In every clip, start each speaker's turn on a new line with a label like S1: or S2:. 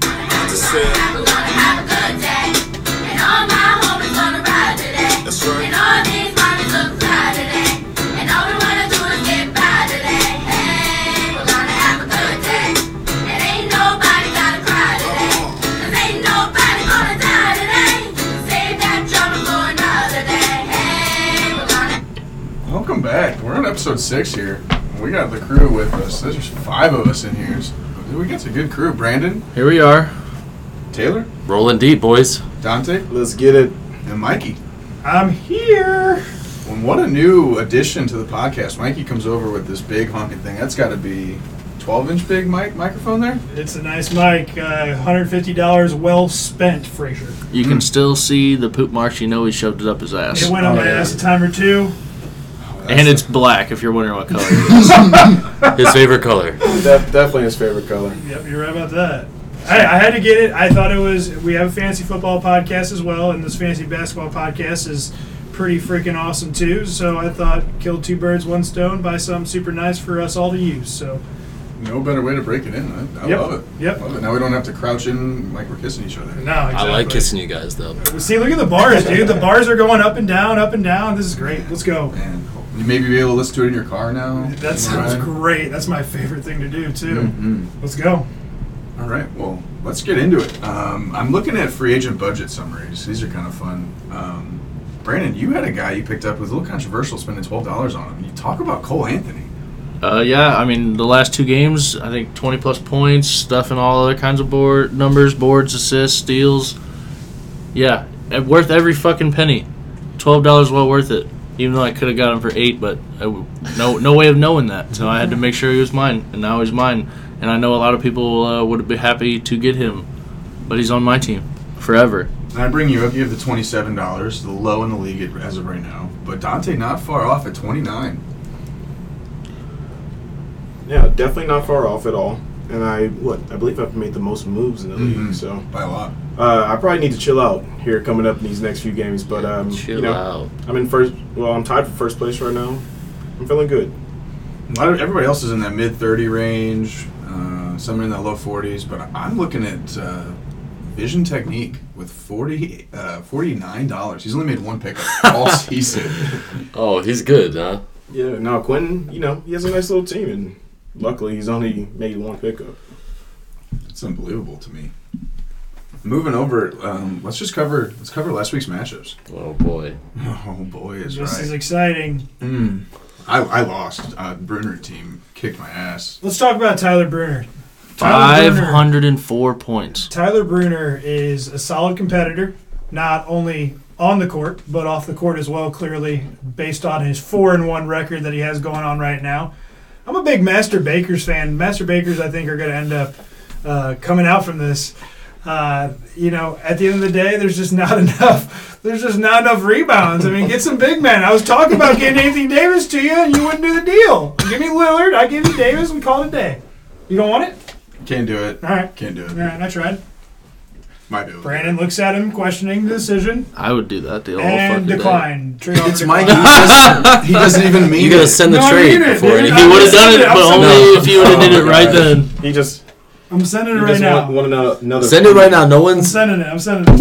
S1: to sell. That's right.
S2: Welcome back. We're on episode six here. We got the crew with us. There's five of us in here. We got a good crew. Brandon,
S3: Here we are,
S2: Taylor,
S3: rolling deep, boys.
S2: Dante,
S4: Let's get it.
S2: and Mikey.
S4: I'm here.
S2: And what a new addition to the podcast. Mikey comes over with this big honking thing. That's got to be 12 inch big mic microphone there.
S4: It's a nice mic. Uh, $150 well spent, Frazier.
S3: You can still see the poop marks. You know he shoved it up his ass,
S4: It went on
S2: Oh,
S4: my
S2: yeah.
S4: ass a time or two.
S3: and it's black. If you're wondering what color, it is. his favorite color.
S5: Def- definitely his favorite color.
S4: Yep, you're right about that. I, I had to get it. I thought it was. We have a fancy football podcast as well, and this fancy basketball podcast is pretty freaking awesome too. So I thought kill two birds, one stone, buy something super nice for us all to use. So
S2: No better way to break it in. I, I
S4: Yep.
S2: love it.
S4: Yep.
S2: Love it. Now we don't have to crouch in like we're kissing each other.
S4: no, exactly.
S6: I like kissing you guys though.
S4: See, look at the bars, dude. The bars are going up and down, up and down. This is great. Let's go.
S2: And you maybe be able to listen to it in your car now.
S4: That sounds
S2: Right.
S4: great. That's my favorite thing to do too.
S2: Mhm.
S4: Let's go.
S2: All right, well, let's get into it. Um, I'm looking at free agent budget summaries. These are kind of fun. Um, Brandon, you had a guy you picked up who was a little controversial, spending twelve dollars on him. You talk about Cole Anthony.
S3: Uh, yeah, I mean the last two games, I think 20 plus points, stuff and all other kinds of board numbers, boards, assists, steals. Yeah, eh, worth every fucking penny. Twelve dollars well worth it. Even though I could have got him for eight, but I w no no way of knowing that, so I had to make sure he was mine, and now he's mine. And I know a lot of people uh, would be happy to get him, but he's on my team forever.
S2: And I bring you up. You have the twenty-seven dollars, the low in the league at- as of right now. But Dante, not far off at twenty-nine.
S5: Yeah, definitely not far off at all. And I what I believe I've made the most moves in the
S2: Mhm.
S5: league, so
S2: by a lot.
S5: uh, I probably need to chill out here coming up in these next few games. But um,
S3: Chill
S5: you know,
S3: out.
S5: I'm in first. Well, I'm tied for first place right now. I'm feeling good.
S2: A lot of, everybody else is in that mid thirty range. Uh, some are in that low forties. But I'm looking at uh, Vision Technique with 40, uh, 49 dollars. He's only made one pickup all season.
S6: Oh, he's good, huh?
S5: Yeah. Now Quentin, you know, he has a nice little team, and luckily he's only made one pickup.
S2: It's unbelievable to me. Moving over, um, let's just cover let's cover last week's matchups.
S6: Oh boy.
S2: Oh boy, is
S4: This is
S2: right.
S4: exciting.
S2: Mm. I, I lost. Uh, Brunner team kicked my ass.
S4: Let's talk about Tyler Bruner. Tyler
S3: Five
S4: Bruner-
S3: hundred and four points.
S4: Tyler Bruner is a solid competitor, not only on the court but off the court as well. Clearly, based on his four and one record that he has going on right now. I'm a big Master Bakers fan. Master Bakers, I think, are going to end up uh, coming out from this. Uh, you know, at the end of the day, there's just not enough. There's just not enough rebounds. I mean, get some big men. I was talking about getting Anthony Davis to you, and you wouldn't do the deal. Give me Lillard. I give you Davis. We call it a day. You don't want it?
S2: Can't do it.
S4: All right.
S2: Can't do it.
S4: All right, I tried.
S2: Might be able to.
S4: Brandon looks at him, questioning the decision,
S3: I would do that deal. all fucking
S4: and
S3: day.
S4: decline. Trade offer
S2: It's Mike. He
S4: decline.
S2: doesn't, he doesn't even mean
S6: You gotta
S2: it.
S6: send the
S4: No, I
S6: trade
S4: mean it,
S6: before
S4: dude.
S6: anything.
S3: He would have done it, but only
S6: No.
S3: if you would have did it right
S2: Oh,
S3: then.
S5: He just
S4: I'm sending
S5: he
S4: it right
S5: just
S4: now.
S5: want, want another.
S6: Send it right now. No
S4: I'm
S6: one's.
S4: sending it. I'm sending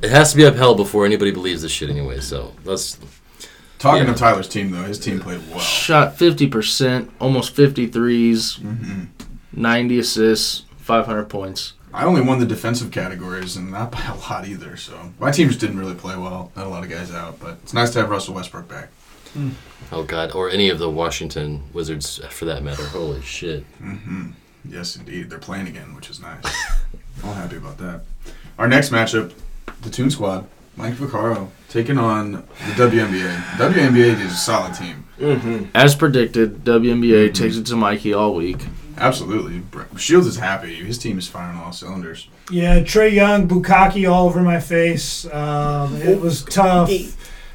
S4: it.
S6: It has to be upheld before anybody believes this shit anyway. So let's.
S2: Talking
S6: Yeah.
S2: of Tyler's team though, his team played well.
S3: Shot 50%, almost 53s, 90 assists, 500 points.
S2: I only won the defensive categories and not by a lot either. So my team just didn't really play well. Not a lot of guys out, but it's nice to have Russell Westbrook back.
S6: Oh god, or any of the Washington Wizards for that matter. Holy shit.
S2: Yes, indeed. They're playing again, which is nice. All happy about that. Our next matchup, the Toon Squad, Mike Vaccaro taking on the WNBA. WNBA is a solid team.
S5: Mm-hmm.
S3: As predicted, WNBA takes it to Mikey all week.
S2: Absolutely. Br- Shields is happy. His team is firing all cylinders.
S4: Yeah, Trey Young, Bukaki all over my face. Um, it was tough.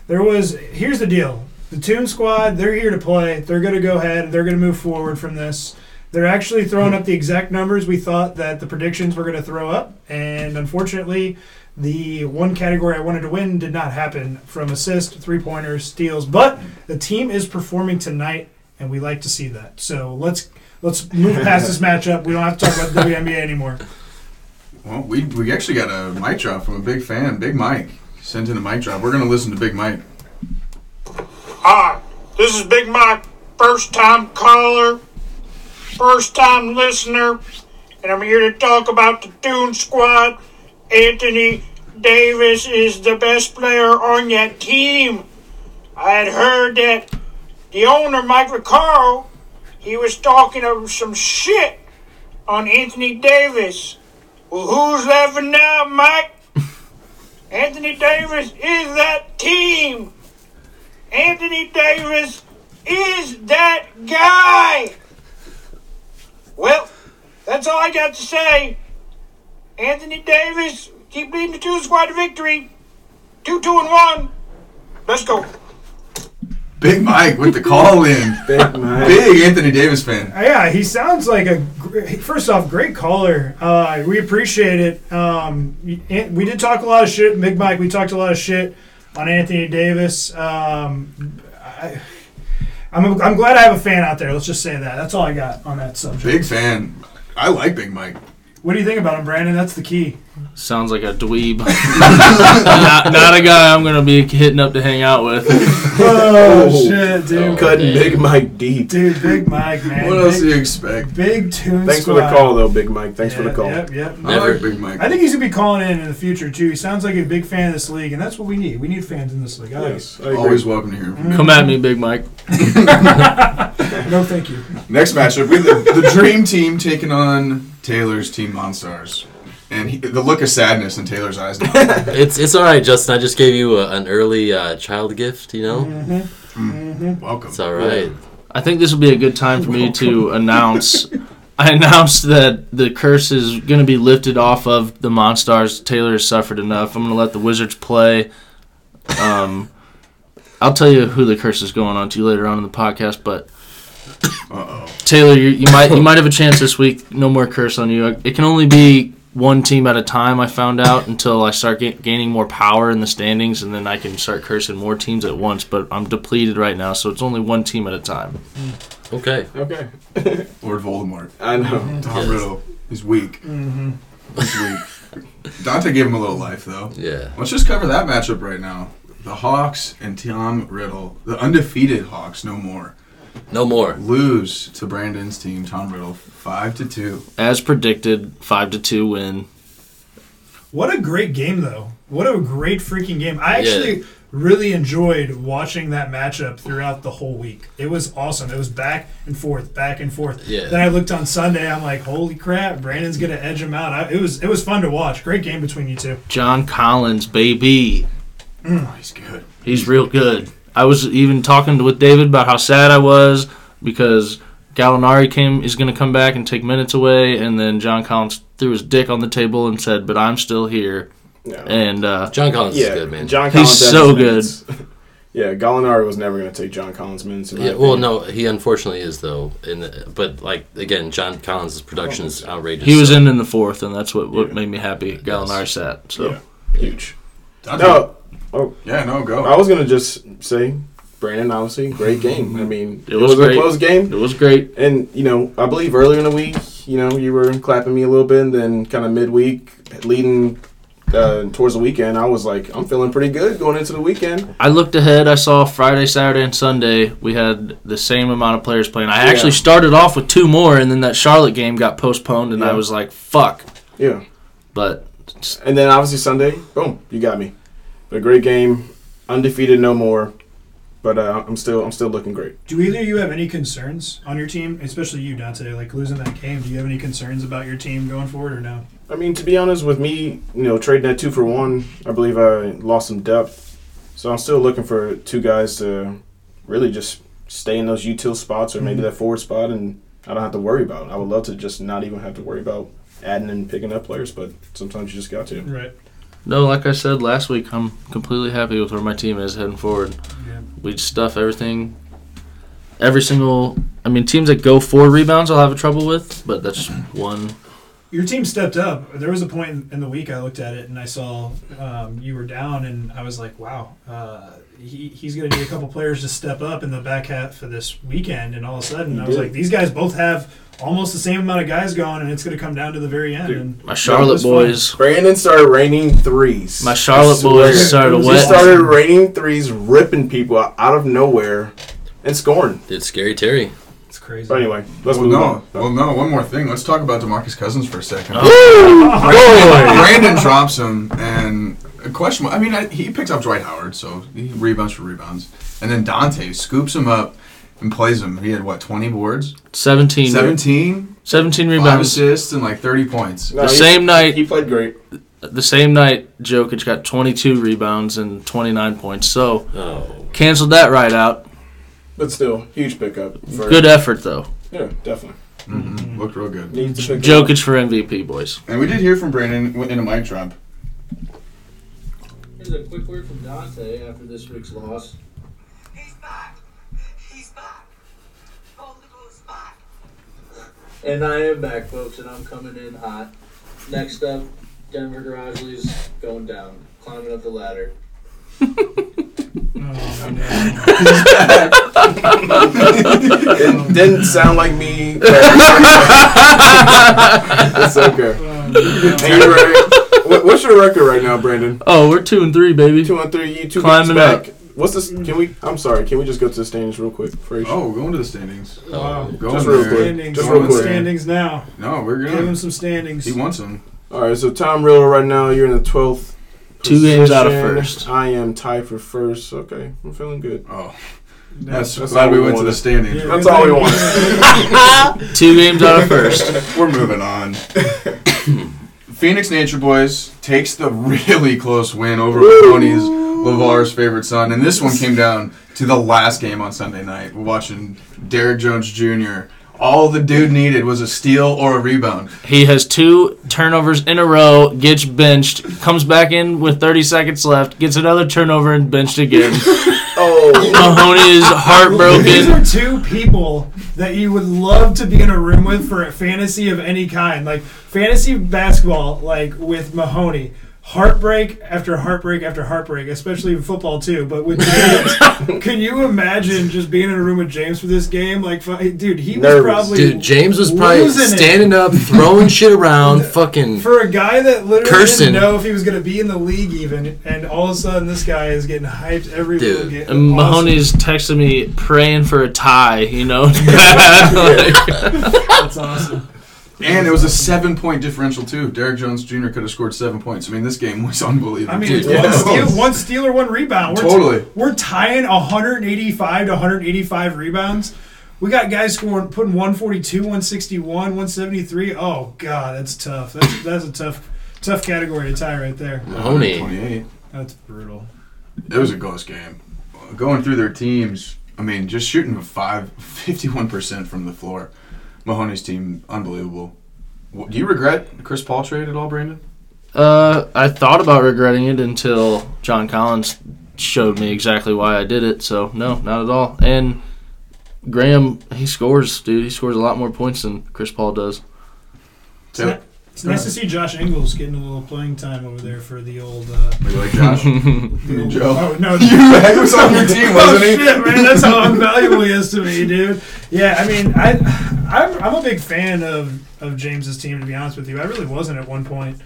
S4: There was. Here's the deal. The Toon Squad, they're here to play. They're going to go ahead. They're going to move forward from this. They're actually throwing up the exact numbers we thought that the predictions were going to throw up, and unfortunately, the one category I wanted to win did not happen from assist, three pointers, steals. But the team is performing tonight, and we like to see that. So let's let's move past this matchup. We don't have to talk about the WNBA anymore.
S2: Well, we, we actually got a mic drop from a big fan, Big Mike. Sent in a mic drop. We're going to listen to Big Mike.
S1: Hi, this is Big Mike, first time caller, first time listener, and I'm here to talk about the Dune Squad. Anthony Davis is the best player on that team. I had heard that the owner, Mike Recaro, he was talking of some shit on Anthony Davis. Well, who's laughing now, Mike? Anthony Davis is that team. Anthony Davis is that guy. Well, that's all I got to say. Anthony Davis, keep leading the two squad to victory. Two, two, and one. Let's go.
S2: Big Mike with the call in.
S5: Big Mike.
S2: Big Anthony Davis fan.
S4: Yeah, he sounds like a gr- first off great caller. Uh, we appreciate it. Um, y- and we did talk a lot of shit, Big Mike. We talked a lot of shit on Anthony Davis. Um, I, I'm, I'm glad I have a fan out there. Let's just say that. That's all I got on that subject.
S2: Big fan. I like Big Mike.
S4: What do you think about him, Brandon? That's the key.
S3: Sounds like a dweeb. not, not a guy I'm gonna be hitting up to hang out with.
S4: Oh, shit, dude.
S5: Cutting Big Mike deep.
S4: Dude, Big Mike, man.
S2: What else do
S4: Big,
S2: you expect?
S4: big tune.
S5: Thanks for the
S4: squad.
S5: call, though, Big Mike. Thanks for the
S4: Yeah,
S5: call.
S4: Yep, yep.
S2: I
S6: Never.
S2: like Big Mike.
S4: I think he's gonna be calling in in the future too. He sounds like a big fan of this league, and that's what we need. We need fans in this league. I like
S5: Yes, I agree.
S2: Always welcome to hear
S4: Mm.
S2: from you.
S3: Come at me, Big Mike.
S4: it. No, thank you.
S2: Next matchup, we have the, the Dream Team taking on Taylor's Team Monstars. And he, the look of sadness in Taylor's eyes. Now.
S6: It's it's all right, Justin. I just gave you a, an early uh, child gift. You know,
S4: Mm-hmm.
S2: Welcome.
S6: it's all right.
S3: I think this will be a good time for me to announce. I announced that the curse is going to be lifted off of the Monstars. Taylor has suffered enough. I'm going to let the Wizards play. Um, I'll tell you who the curse is going on to later on in the podcast, but
S2: Uh-oh.
S3: Taylor, you, you might you might have a chance this week. No more curse on you. It can only be one team at a time. I found out until I start ga- gaining more power in the standings, and then I can start cursing more teams at once. But I'm depleted right now, so it's only one team at a time.
S6: Okay.
S5: Okay.
S2: Lord Voldemort.
S5: I
S4: Mm-hmm.
S5: know.
S2: Tom
S6: Yes.
S2: Riddle. He's weak. He's weak. Dante gave him a little life, though.
S6: Yeah.
S2: Let's just cover that matchup right now. The Hawks and Tom Riddle, the undefeated Hawks, no more,
S6: No more.
S2: lose to Brandon's team, Tom Riddle, five to two.
S3: As predicted, five to two win.
S4: What a great game, though. What a great freaking game. I
S6: Yeah.
S4: actually really enjoyed watching that matchup throughout the whole week. It was awesome. It was back and forth, back and forth.
S6: Yeah.
S4: Then I looked on Sunday. I'm like, holy crap, Brandon's gonna edge him out. I, it was it was fun to watch. Great game between you two.
S3: John Collins, baby,
S2: Oh, he's good.
S3: he's real good. I was even talking with David about how sad I was because Gallinari came is going to come back and take minutes away, and then John Collins threw his dick on the table and said, "But I'm still here."
S5: No.
S3: And uh,
S6: John Collins
S5: Yeah,
S6: is good, man.
S5: John
S3: He's
S5: Collins. had
S3: so
S5: his
S3: good.
S5: minutes. yeah, Gallinari was never going to take John Collins' minutes. in my
S6: yeah. Well,
S5: opinion.
S6: no, he unfortunately is though. And but like again, John Collins' production is outrageous.
S3: he was
S6: so-
S3: in in the fourth, and that's what, what
S5: Yeah.
S3: made me happy. Gallinari sat. So
S5: Huge.
S2: Dante,
S5: No,
S2: Yeah, no, go.
S5: I was gonna just say, Brandon, obviously, great game. I mean,
S3: It
S5: it,
S3: was
S5: was,
S3: great.
S5: a close game,
S3: it was great.
S5: and you know, I believe earlier in the week, you know, you were clapping me a little bit, and then kind of midweek, leading uh, towards the weekend, I was like, I'm feeling pretty good going into the weekend.
S3: I looked ahead. I saw Friday, Saturday, and Sunday. We had the same amount of players playing. I actually
S5: Yeah.
S3: started off with two more, and then that Charlotte game got postponed, and I
S5: Yeah.
S3: was like, "Fuck!"
S5: Yeah,
S3: But
S5: and then obviously Sunday, boom, you got me. But a great game, undefeated, no more. But uh, I'm still, I'm still looking great.
S4: Do either of you have any concerns on your team, especially you, Dante? Like losing that game. Do you have any concerns about your team going forward or no?
S5: I mean, to be honest, with me, you know, trading that two for one, I believe I lost some depth. So I'm still looking for two guys to really just stay in those util spots or
S2: Mm-hmm.
S5: maybe that forward spot, and I don't have to worry about it. I would love to just not even have to worry about adding and picking up players, but sometimes you just got to.
S4: Right.
S3: no, like I said last week, I'm completely happy with where my team is heading forward.
S4: Yeah.
S3: We stuff everything. Every single, I mean, teams that go for rebounds, I'll have trouble with, but that's one
S4: Your team stepped up. There was a point in the week I looked at it and I saw um, you were down, and I was like, wow, uh, he, he's going to need a couple players to step up in the back half of this weekend. And all of a sudden,
S5: He
S4: I was
S5: did.
S4: like, these guys both have almost the same amount of guys going, and it's going to come down to the very end.
S5: Dude.
S4: And
S3: My Charlotte
S5: was fun.
S3: boys.
S5: Brandon started raining threes.
S3: My Charlotte
S5: I swear.
S3: boys started
S5: He
S3: wet.
S5: started raining threes, ripping people out, out of nowhere, and scoring.
S6: It's scary Terry.
S4: it's crazy.
S5: But anyway, let's
S2: Well,
S5: move
S2: no.
S5: on.
S2: Well, no. One more thing. Let's talk about Demarcus Cousins for a second.
S3: Boy!
S2: Brandon drops him, and a question. I mean, I, he picks up Dwight Howard, so he rebounds for rebounds, and then Dante scoops him up and plays him. He had what twenty boards,
S3: 17. 17,
S2: 17 five
S3: rebounds.
S2: assists, and like thirty points.
S5: No,
S3: The
S5: he-
S3: same night-
S5: he played great.
S3: The same night, Jokic got 22 rebounds and 29 points. So,
S6: Oh,
S3: canceled that right out.
S5: But still, huge pickup. For,
S3: Good effort, though.
S5: Yeah, definitely.
S2: Mhm. Looked real good.
S5: Needs to pick up.
S3: Jokic for MVP, boys.
S2: And we did hear from Brandon in a mic drop.
S7: Here's a quick word from Dante after this week's loss.
S8: He's back! He's back! Baltimore is back!
S7: And I am back, folks, and I'm coming in hot. Next up, Denver Grizzlies going down, climbing up the ladder.
S5: It didn't sound like me. but it's okay. And you're right. What- What's your record right now, Brandon?
S3: Oh, we're 2 and 3, baby.
S5: Two and three. You two
S3: Climbing
S5: games back. What's this? Can we? I'm sorry. Can we just go to the standings real quick? For
S2: Oh, we're going to the standings.
S4: Wow.
S2: Going
S5: Just real
S2: there.
S5: quick.
S4: Standings,
S5: Just
S2: real quick.
S4: standings now.
S2: No, we're
S4: Give him
S2: good.
S4: some standings.
S2: He wants him.
S5: All right. So Tom Riddle, right now you're in the twelfth.
S3: Two games out of first.
S5: I am tied for first. Okay, I'm feeling good.
S2: Oh, that's,
S5: That's
S2: glad
S5: all
S2: we
S5: we
S2: went to
S5: wanted.
S2: the standings.
S4: Yeah.
S5: That's all we want.
S3: Two games out of first.
S2: We're moving on. Phoenix Nature Boys takes the really close win over Ponies, LeVar's favorite son. And this one came down to the last game on Sunday night. We're watching Derrick Jones Jr. All the dude needed was a steal or a rebound.
S3: He has two turnovers in a row, gets benched, comes back in with 30 seconds left, gets another turnover, and benched again.
S5: Oh,
S3: Mahoney is
S4: These
S3: heartbroken.
S4: are two people that you would love to be in a room with for a fantasy of any kind, like fantasy basketball, like with Mahoney. Heartbreak after heartbreak after heartbreak, especially in football too. But with James, can you imagine just being in a room with James for this game? Like, fu- dude, he was
S5: Nervous.
S4: probably
S6: dude, James was probably
S4: losing it.
S6: standing up, throwing shit around, fucking.
S4: for a guy that literally
S6: Cursing.
S4: didn't know if he was going to be in the league even, and all of a sudden this guy is getting hyped every
S6: Dude,
S4: little game.
S3: And Mahoney's texting me praying for a tie, you know? Like,
S4: That's awesome.
S2: And it was a seven point differential, too. Derrick Jones Jr. could have scored seven points. I mean, this game was unbelievable.
S4: I mean,
S6: Dude,
S4: one,
S6: yeah.
S4: steal, one steal or one rebound. We're
S2: Totally.
S4: we're tying 185 to 185 rebounds. We got guys scoring, putting 142, 161, 173. Oh god, that's tough. That's, that's a tough, tough category to tie right there.
S2: Uh-huh.
S6: Mahoney.
S2: 28.
S4: That's brutal.
S2: It was a close game. Going through their teams, I mean, just shooting a five, 51% from the floor. Mahoney's team, unbelievable. W- Do you regret the Chris Paul trade at all, Brandon?
S3: uh, I thought about regretting it until John Collins showed me exactly why I did it. So, no, not at all. And Graham, he scores, dude. He scores a lot more points than Chris Paul does.
S4: It's, ni- it's nice to see Josh Ingles getting a little playing time over there for the old. Uh,
S2: Were you like Josh?
S4: the old-
S2: Joe.
S4: Oh no,
S2: he was on your team, wasn't
S4: oh,
S2: he?
S4: shit, man, that's how invaluable he is to me, dude. Yeah, I mean, I, I'm, I'm a big fan of, of James's team. To be honest with you, I really wasn't at one point,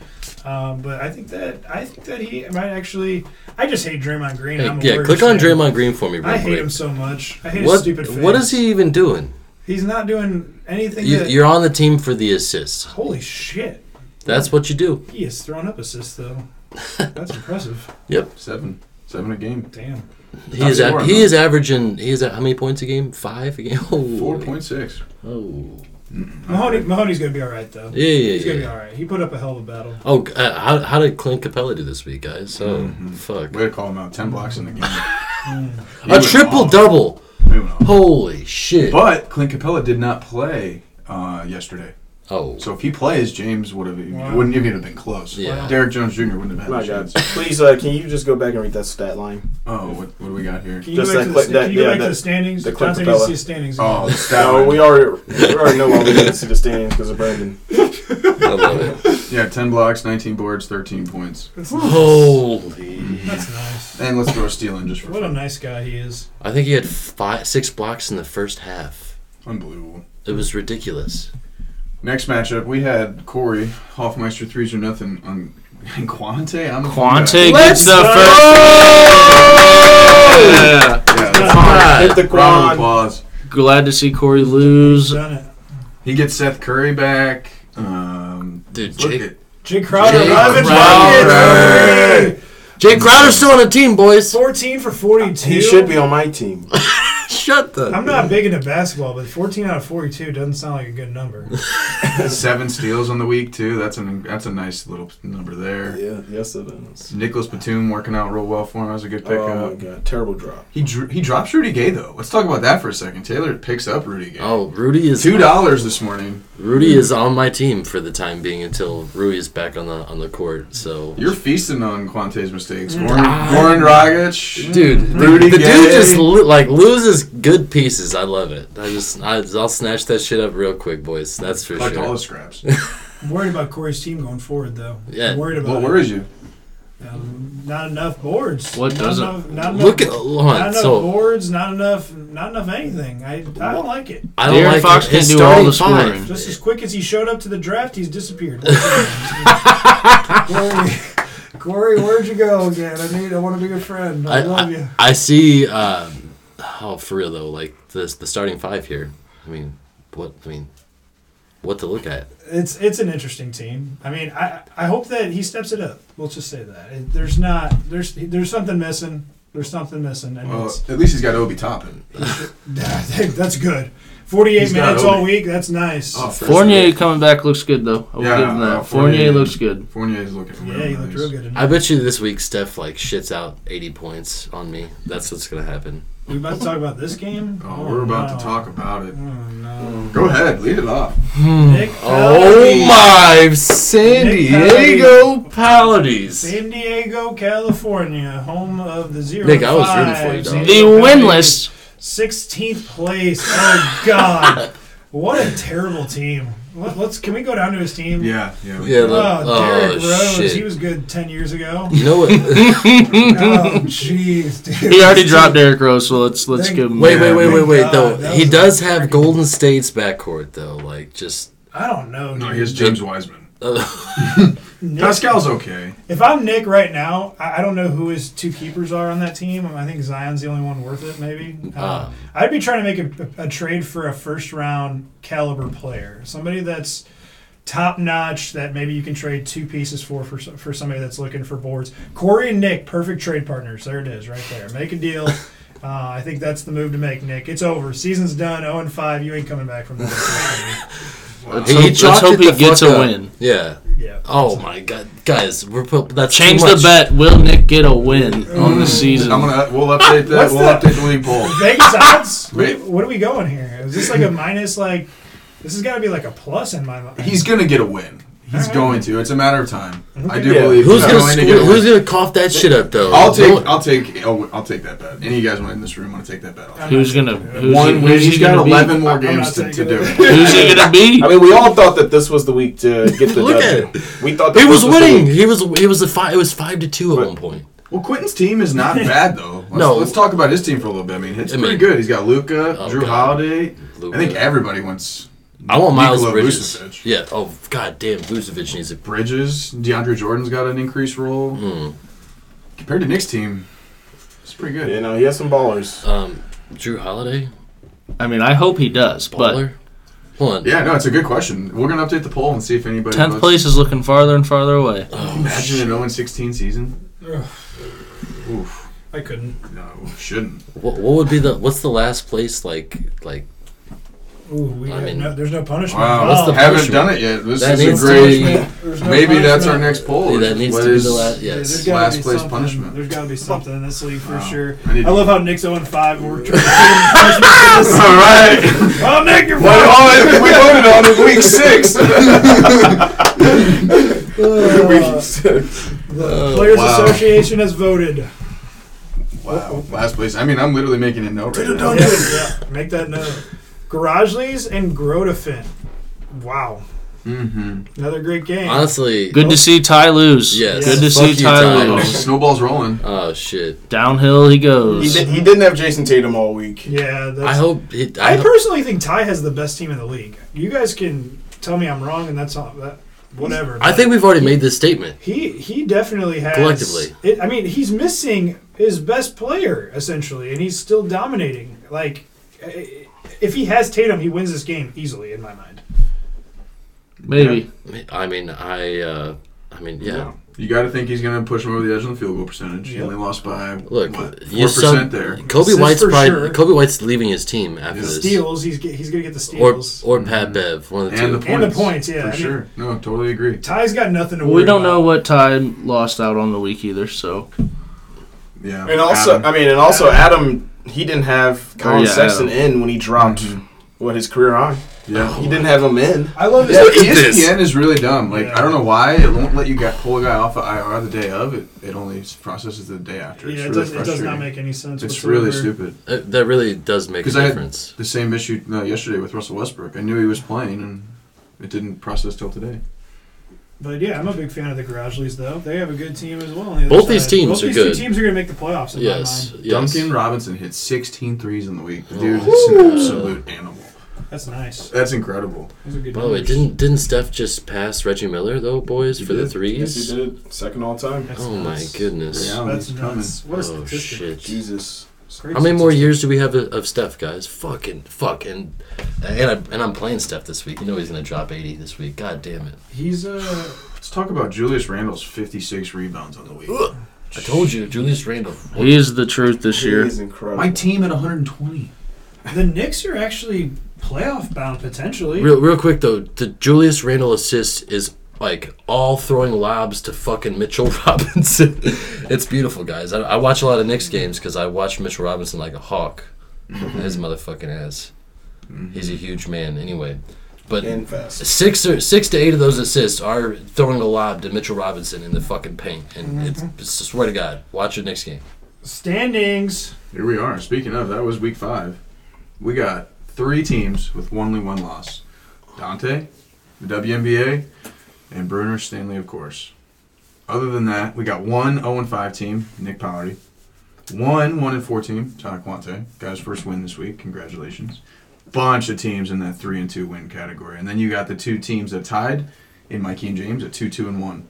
S4: um, but I think that I think that he might actually. I just hate Draymond Green.
S6: Hey,
S4: I'm a
S6: yeah,
S4: Warriors
S6: click on
S4: fan.
S6: Draymond Green for me, real
S4: I hate
S6: quick.
S4: him so much. I hate his
S6: What,
S4: stupid. Face.
S6: what is he even doing?
S4: He's not doing anything.
S6: You,
S4: that,
S6: you're on the team for the assists.
S4: holy shit.
S6: That's what you do.
S4: He is throwing up assists though. That's impressive.
S2: Seven. Seven a game.
S4: Damn.
S6: He is
S2: scoring,
S6: a, he
S2: though.
S6: is averaging. He is at how many points a game? Five a game. Oh,
S2: 4.6.
S6: Oh,
S4: Mahoney, Mahoney's gonna be all right though.
S6: yeah, yeah,
S4: He's
S6: yeah.
S4: gonna be
S6: yeah.
S4: all right. He put up a hell of a battle.
S6: Oh, uh, how, how did Clint Capella do this week, guys? Oh,
S4: Mm-hmm.
S6: fuck.
S2: Way to call him out. Ten blocks in the game. He
S6: A
S2: went
S6: triple
S2: off.
S6: double.
S2: He went off.
S6: Holy shit.
S2: But Clint Capella did not play uh, yesterday.
S6: oh,
S2: So if he plays, James would have it
S4: Wow.
S2: wouldn't even have been close.
S6: Yeah.
S2: Derrick Jones Jr. wouldn't have had
S5: my
S2: a
S5: God!
S2: chance.
S5: Please, uh, can you just go back and read that stat line?
S2: Oh, what, what do we got here?
S4: Can you
S5: Just
S4: go back, to,
S5: that
S4: the,
S5: clip-
S4: sta-
S5: that-
S4: can you go
S5: yeah,
S4: back to
S5: that-
S4: the standings?
S5: the clip
S4: Dante needs to
S5: fella.
S4: see the standings.
S2: Oh, the stat
S5: No,
S2: line.
S5: we already we already know why we didn't see the standings because of Brandon.
S6: I love it.
S2: Yeah, 10 blocks, 19 boards, 13 points.
S6: Oh. Holy.
S4: That's nice.
S2: And let's throw a steal in just for
S4: What a
S2: fun.
S4: nice guy he is.
S6: I think he had five, six blocks in the first half.
S2: Unbelievable.
S6: It was ridiculous.
S2: Next matchup, we had Corey, Hoffmeister, threes or nothing, on, and Quante? I'm a-
S3: Quante
S2: Yeah.
S3: gets the
S4: go!
S3: first. Yeah.
S2: Yeah.
S5: Hit
S2: Round
S5: the
S2: of
S5: quad.
S2: applause.
S3: Glad to see Corey
S4: He's
S3: lose.
S4: done it.
S2: He gets Seth Curry back. Um,
S6: Dude,
S2: look
S6: Jake,
S2: at
S4: Jake Crowder,
S6: Jake
S4: Ivan
S2: Crowder.
S4: Bucket.
S6: Jake Crowder's still on the team, boys.
S4: 14 for 42.
S5: He should be on my team.
S6: Shut the.
S4: I'm not big into basketball, but 14 out of 42 doesn't sound like a good number.
S2: seven steals on the week too. That's an that's a nice little number there.
S5: yeah, yes it is.
S2: Nicholas Batum working out real well for him. That was a good pickup.
S5: Oh my god, terrible drop.
S2: He dr- he drops Rudy Gay though. Let's talk about that for a second. Taylor picks up Rudy Gay.
S6: Oh, Rudy is
S2: Two dollars this morning.
S6: Rudy is on my team for the time being until Rui is back on the on the court. So,
S2: You're feasting on Quante's mistakes.
S4: Mm.
S2: Goran,
S4: Ah.
S2: Goran Dragic.
S6: dude,
S2: Rudy
S6: the, the
S2: Gay.
S6: dude just lo- like loses good pieces. I love it. I just I, I'll snatch that shit up real quick, boys. That's for
S2: Collect all
S6: sure.
S2: the scraps.
S4: I'm worried about Corey's team going forward, though.
S6: Yeah.
S4: I'm worried about
S2: what
S4: it.
S2: worries you?
S4: Um, not enough boards.
S3: What
S4: not
S3: doesn't?
S4: Enough, not enough,
S6: Look at hold
S4: not
S6: on.
S4: enough
S6: So
S4: boards. Not enough. Not enough anything. I, I don't like it.
S6: I don't
S3: De'Aaron
S6: like
S3: Fox
S6: his
S3: can do all
S6: starting
S3: the
S6: five.
S3: scoring.
S4: Just as quick as he showed up to the draft, he's disappeared. Corey, Corey, where'd you go again? I need. I want to be your friend. I,
S6: I,
S4: love
S6: I,
S4: you.
S6: I see. Um, oh, for real though, like this the starting five here. I mean, what I mean, what to look at?
S4: It's it's an interesting team. I mean, I I hope that he steps it up. We'll just say that It- there's not there's there's something missing. There's something missing, and
S2: Well,
S4: it's,
S2: at least he's got Obi Toppin.
S4: that's good. 48
S2: He's Oh, got
S4: minutes
S2: Obi.
S4: all week. That's nice.
S3: Fournier coming back looks good though. I will
S2: Yeah,
S3: give him that.
S2: uh,
S3: Fournier,
S2: Fournier-
S3: looks good.
S2: Fournier's looking.
S4: yeah,
S2: real
S4: he looked
S2: nice.
S4: real good. Tonight.
S6: I bet you this week Steph like shits out eighty points on me. That's what's gonna happen.
S4: We about to talk about this game?
S2: Oh, we're about to talk about it.
S4: Oh no.
S2: Go ahead, lead it off.
S4: Nick Falvey.
S6: Hmm. Oh, my, San
S4: Nick Paladis. Oh Diego
S6: Paladis.
S4: San Diego, California, home of the zero.
S6: Nick,
S4: to
S6: I was
S4: five,
S6: rooting for you,
S4: San
S6: dog.
S3: The
S4: Diego
S3: winless.
S4: Padres, 16th place. Oh god. what a terrible team. Let, us can we go down to his team?
S2: Yeah, yeah. we
S6: Yeah,
S2: can.
S6: look-
S4: Oh, Derek
S6: oh,
S4: Rose.
S6: shit.
S4: He was good 10 years ago.
S6: You know what? wait,
S4: oh, jeez, dude.
S3: He already dropped Derrick Rose, so let's let's
S4: Thank-
S3: give him.
S6: wait, wait, wait, wait.
S4: God,
S6: though
S4: that
S6: he
S4: was a
S6: does have
S4: freaking-
S6: Golden State's backcourt though. Like just
S4: I don't know,
S2: no,
S4: dude.
S2: here's James Wiseman.
S6: Uh,
S4: Nick-
S2: Pascal's okay.
S4: If I'm Nick right now, I, I don't know who his two keepers are on that team. I think Zion's the only one worth it, maybe. Uh,
S6: Um.
S4: I'd be trying to make a, a trade for a first round caliber player, somebody that's top notch that maybe you can trade two pieces for, for so- for somebody that's looking for boards. Corey and Nick, perfect trade partners. There it is, right there. Make a deal. Uh, I think that's the move to make, Nick. It's over. Season's done. 0 and 5. You ain't coming back from that.
S3: Let's hope, let's
S6: chalked
S3: hope
S6: it
S3: he
S6: the
S3: gets a
S6: fuck up.
S3: win.
S6: Yeah.
S4: yeah.
S6: Oh my god, guys, we're put, that's too
S3: Change the
S6: much.
S3: bet. Will Nick get a win on
S2: Mm.
S3: the season?
S2: I'm gonna. We'll update that.
S4: Ah, What's
S2: we'll
S4: that?
S2: update the league poll.
S4: Vegas odds?
S2: Wait.
S4: what, what are we going here? Is this like a minus? Like this has got to be like a plus in my mind.
S2: He's gonna get a win. He's going to. It's a matter of time. I do
S5: Yeah.
S2: believe.
S6: Who's
S2: he's
S6: gonna
S2: going to
S6: sque-
S2: get a
S6: Who's
S2: win.
S6: gonna cough that shit up though?
S2: I'll
S6: No
S2: take.
S6: one-
S2: I'll take. I'll, I'll take that bet. Any of you guys want in this room want to take that bet? I'll take
S3: who's gonna? Who's
S2: it. One
S3: he,
S2: win.
S3: who's he
S2: He's got
S3: gonna be?
S2: 11 more
S4: I'm
S2: games
S4: not
S2: to, to
S4: taking
S2: do
S4: it.
S2: it.
S3: Who's he gonna be?
S5: I mean, we all thought that this was the week to get the
S6: Look
S5: W.
S6: at
S5: We thought that
S6: He was
S5: this the
S6: winning.
S5: week.
S6: He was. He was a five. It was five to two at
S5: Right.
S6: one point.
S2: Well, Quentin's team is not bad though. Let's,
S6: No.
S2: let's talk about his team for a little bit. I mean, it's
S6: I
S2: pretty
S6: mean-
S2: good. He's got Luca,
S6: Oh,
S2: Drew
S6: God.
S2: Holiday. I think
S6: Luka.
S2: everybody wants
S6: I want Miles
S2: Nikola
S6: Bridges.
S2: Vucevic.
S6: Yeah. Oh god damn, Vucevic needs a.
S2: Bridges. DeAndre Jordan's got an increased role compared to Nick's team. It's pretty good.
S5: You know, he has some ballers.
S6: Um, Drew Holiday,
S3: I mean, I hope he does, but
S6: Butler. Hold on.
S2: Yeah, no, it's a good question. We're gonna update the poll and see if anybody.
S3: tenth
S2: votes.
S3: place is looking farther and farther away.
S2: Imagine an 0 16 season.
S4: Ugh,
S2: Oof.
S4: I couldn't.
S2: No, shouldn't.
S6: What, what would be the? What's the last place? Like like
S4: Ooh, we
S6: I
S4: got
S6: mean-
S4: no, there's no punishment. Oh.
S2: Wow,
S6: What's the-
S2: haven't
S6: punishment?
S2: done it yet. This
S6: That
S2: is
S6: needs
S2: a
S6: to
S2: great.
S6: be-
S4: There's no
S2: Maybe that's our
S4: punishment.
S2: next poll.
S6: yeah,
S2: which
S6: that
S2: is
S6: news
S2: what
S6: to be
S2: is-
S6: the last.
S4: Yeah, there's
S6: Yes.
S4: gotta
S2: Last
S4: be
S2: place
S4: something.
S2: punishment.
S4: There's got to be something in this league for
S2: Wow.
S4: sure.
S2: I need
S4: I
S2: to-
S4: love how Nick's 0 and 5 and we're trying to
S2: Ah! All right.
S4: Oh, Nick, you're
S2: What
S4: fine.
S2: all we voted on is week six.
S5: Uh,
S6: Oh,
S4: The Players
S2: wow.
S4: Association has voted.
S2: wow, last place. I mean, I'm literally making a note right now.
S4: yeah, make that note. Garageleys and Grotefin. Wow.
S2: Mm-hmm.
S4: Another great game.
S6: Honestly,
S3: Good to see Ty lose.
S6: Yes.
S3: Good to
S6: Fuck
S3: see
S6: you,
S3: Ty,
S6: Ty.
S2: Oh,
S3: lose.
S2: snowball's rolling.
S6: oh shit.
S3: Downhill he
S5: He,
S3: goes.
S5: did, he didn't have Jason Tatum all week.
S4: yeah, that's,
S6: I hope it, I,
S4: I
S6: hope-
S4: personally think Ty has the best team in the league. You guys can tell me I'm wrong, and that's all. That, whatever.
S6: I
S4: but
S6: think we've already made this statement.
S4: he he definitely has.
S6: Collectively.
S4: it, I mean, he's missing his best player essentially, and he's still dominating. Like, eh, if he has Tatum, he wins this game easily in my mind.
S3: Maybe.
S6: I mean, I uh, I mean, yeah.
S2: You got to think he's going to push him over the edge on the field goal percentage. He only lost by
S6: Look,
S2: what, four
S6: you some,
S2: percent there.
S6: Kobe
S4: Assists
S6: White's
S4: for
S6: probably,
S4: sure.
S6: Kobe White's leaving his team after this.
S4: Steals. He's get, he's gonna get the
S6: Or
S4: steals.
S6: or Pat Bev, one of the
S2: Mm-hmm. And the
S6: two.
S2: points.
S4: And the points, yeah, I
S2: for
S4: mean-
S2: sure. No, totally agree.
S4: Ty's got nothing to worry.
S3: We don't
S4: about.
S3: know what Ty lost out on the week either, so
S2: Yeah,
S5: And also,
S2: Adam.
S5: I mean, and also Adam, he didn't have Colin
S3: yeah,
S5: Sexton in when he dropped
S2: Mm-hmm.
S5: what his career high.
S2: yeah.
S6: Oh,
S5: He didn't have him in.
S4: I love
S2: Yeah,
S4: this.
S6: Look at this.
S2: ESPN is really dumb. Like
S4: Yeah.
S2: I don't know why it won't let you get, pull a guy off of IR the day of it. It only s- processes the day after. It's
S4: Yeah, it,
S2: really
S4: does, it does
S2: frustrating.
S4: not make any sense.
S2: It's
S4: whatsoever.
S2: really stupid.
S6: Uh, that really does make a
S2: 'Cause I had-
S6: difference.
S2: The same issue no, yesterday with Russell Westbrook. I knew he was playing, and it didn't process till today.
S4: But yeah, I'm a big fan of the Garagelies, though. They have a good team as well. on the other
S6: Both these
S4: side.
S6: teams
S4: Both
S6: are
S4: these
S6: good.
S4: Two teams are going to make the playoffs. In
S6: yes,
S4: my
S6: yes.
S2: Duncan Robinson hit 16 threes in the week. The dude is an absolute animal.
S4: mind. that's nice.
S2: That's incredible.
S4: Those are good.
S6: By the way,
S4: numbers.
S6: didn't didn't Steph just pass Reggie Miller though, boys,
S2: He
S6: for the
S2: did.
S5: Yes, he
S6: threes?
S5: did. Second all time.
S4: That's
S6: Oh my
S4: nuts.
S6: goodness!
S2: Yeah.
S4: That's
S2: He's coming.
S4: nuts. What a
S6: Oh
S4: statistic.
S6: shit!
S5: Jesus.
S4: Great
S6: How many more
S4: statistic.
S6: years do we have of of Steph, guys? Fucking fuck and and I, and I'm playing Steph this week. You know he's gonna drop 80 this week. God damn it!
S2: He's uh. Let's talk about Julius Randle's 56 rebounds on the week.
S6: I told you, Julius Randle.
S3: he is the truth this
S5: He
S3: year.
S5: is incredible.
S2: My team at 120.
S4: The Knicks are actually playoff bound potentially.
S6: Real, real quick though, the Julius Randle assist is like all throwing lobs to fucking Mitchell Robinson. it's beautiful, guys. I, I watch a lot of Knicks games because I watch Mitchell Robinson like a hawk. His motherfucking ass. He's a huge man, anyway. But
S5: and fast.
S6: six or six to eight of those assists are throwing a lob to Mitchell Robinson in the fucking paint, and it's, it's swear to God, watch your next game.
S4: Standings.
S2: Here we are. Speaking of, that was week five. We got three teams with only one loss Dante, the WNBA, and Bruner Stanley, of course. Other than that, we got one 0 5 team, Nick Powerty. One 1 4 team, Todd Quante. Got his first win this week. Congratulations. Bunch of teams in that 3 and 2 win category. And then you got the two teams that tied in Mikey and James at 2 2 and 1.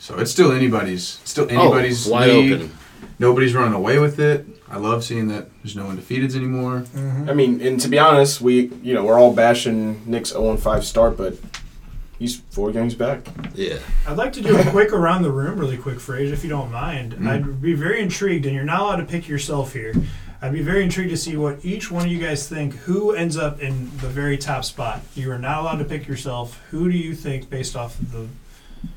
S2: So it's still anybody's. Still anybody's.
S6: oh, wide
S2: league.
S6: open.
S2: Nobody's running away with it. I love seeing that there's no undefeateds anymore.
S5: I mean, and to be honest, we you know we're all bashing Nick's 0 5 start, but he's four games back.
S6: Yeah,
S4: I'd like to do a quick around the room, really quick, phrase, if you don't mind. I'd be very intrigued, and you're not allowed to pick yourself here. I'd be very intrigued to see what each one of you guys think. Who ends up in the very top spot? You are not allowed to pick yourself. Who do you think, based off of the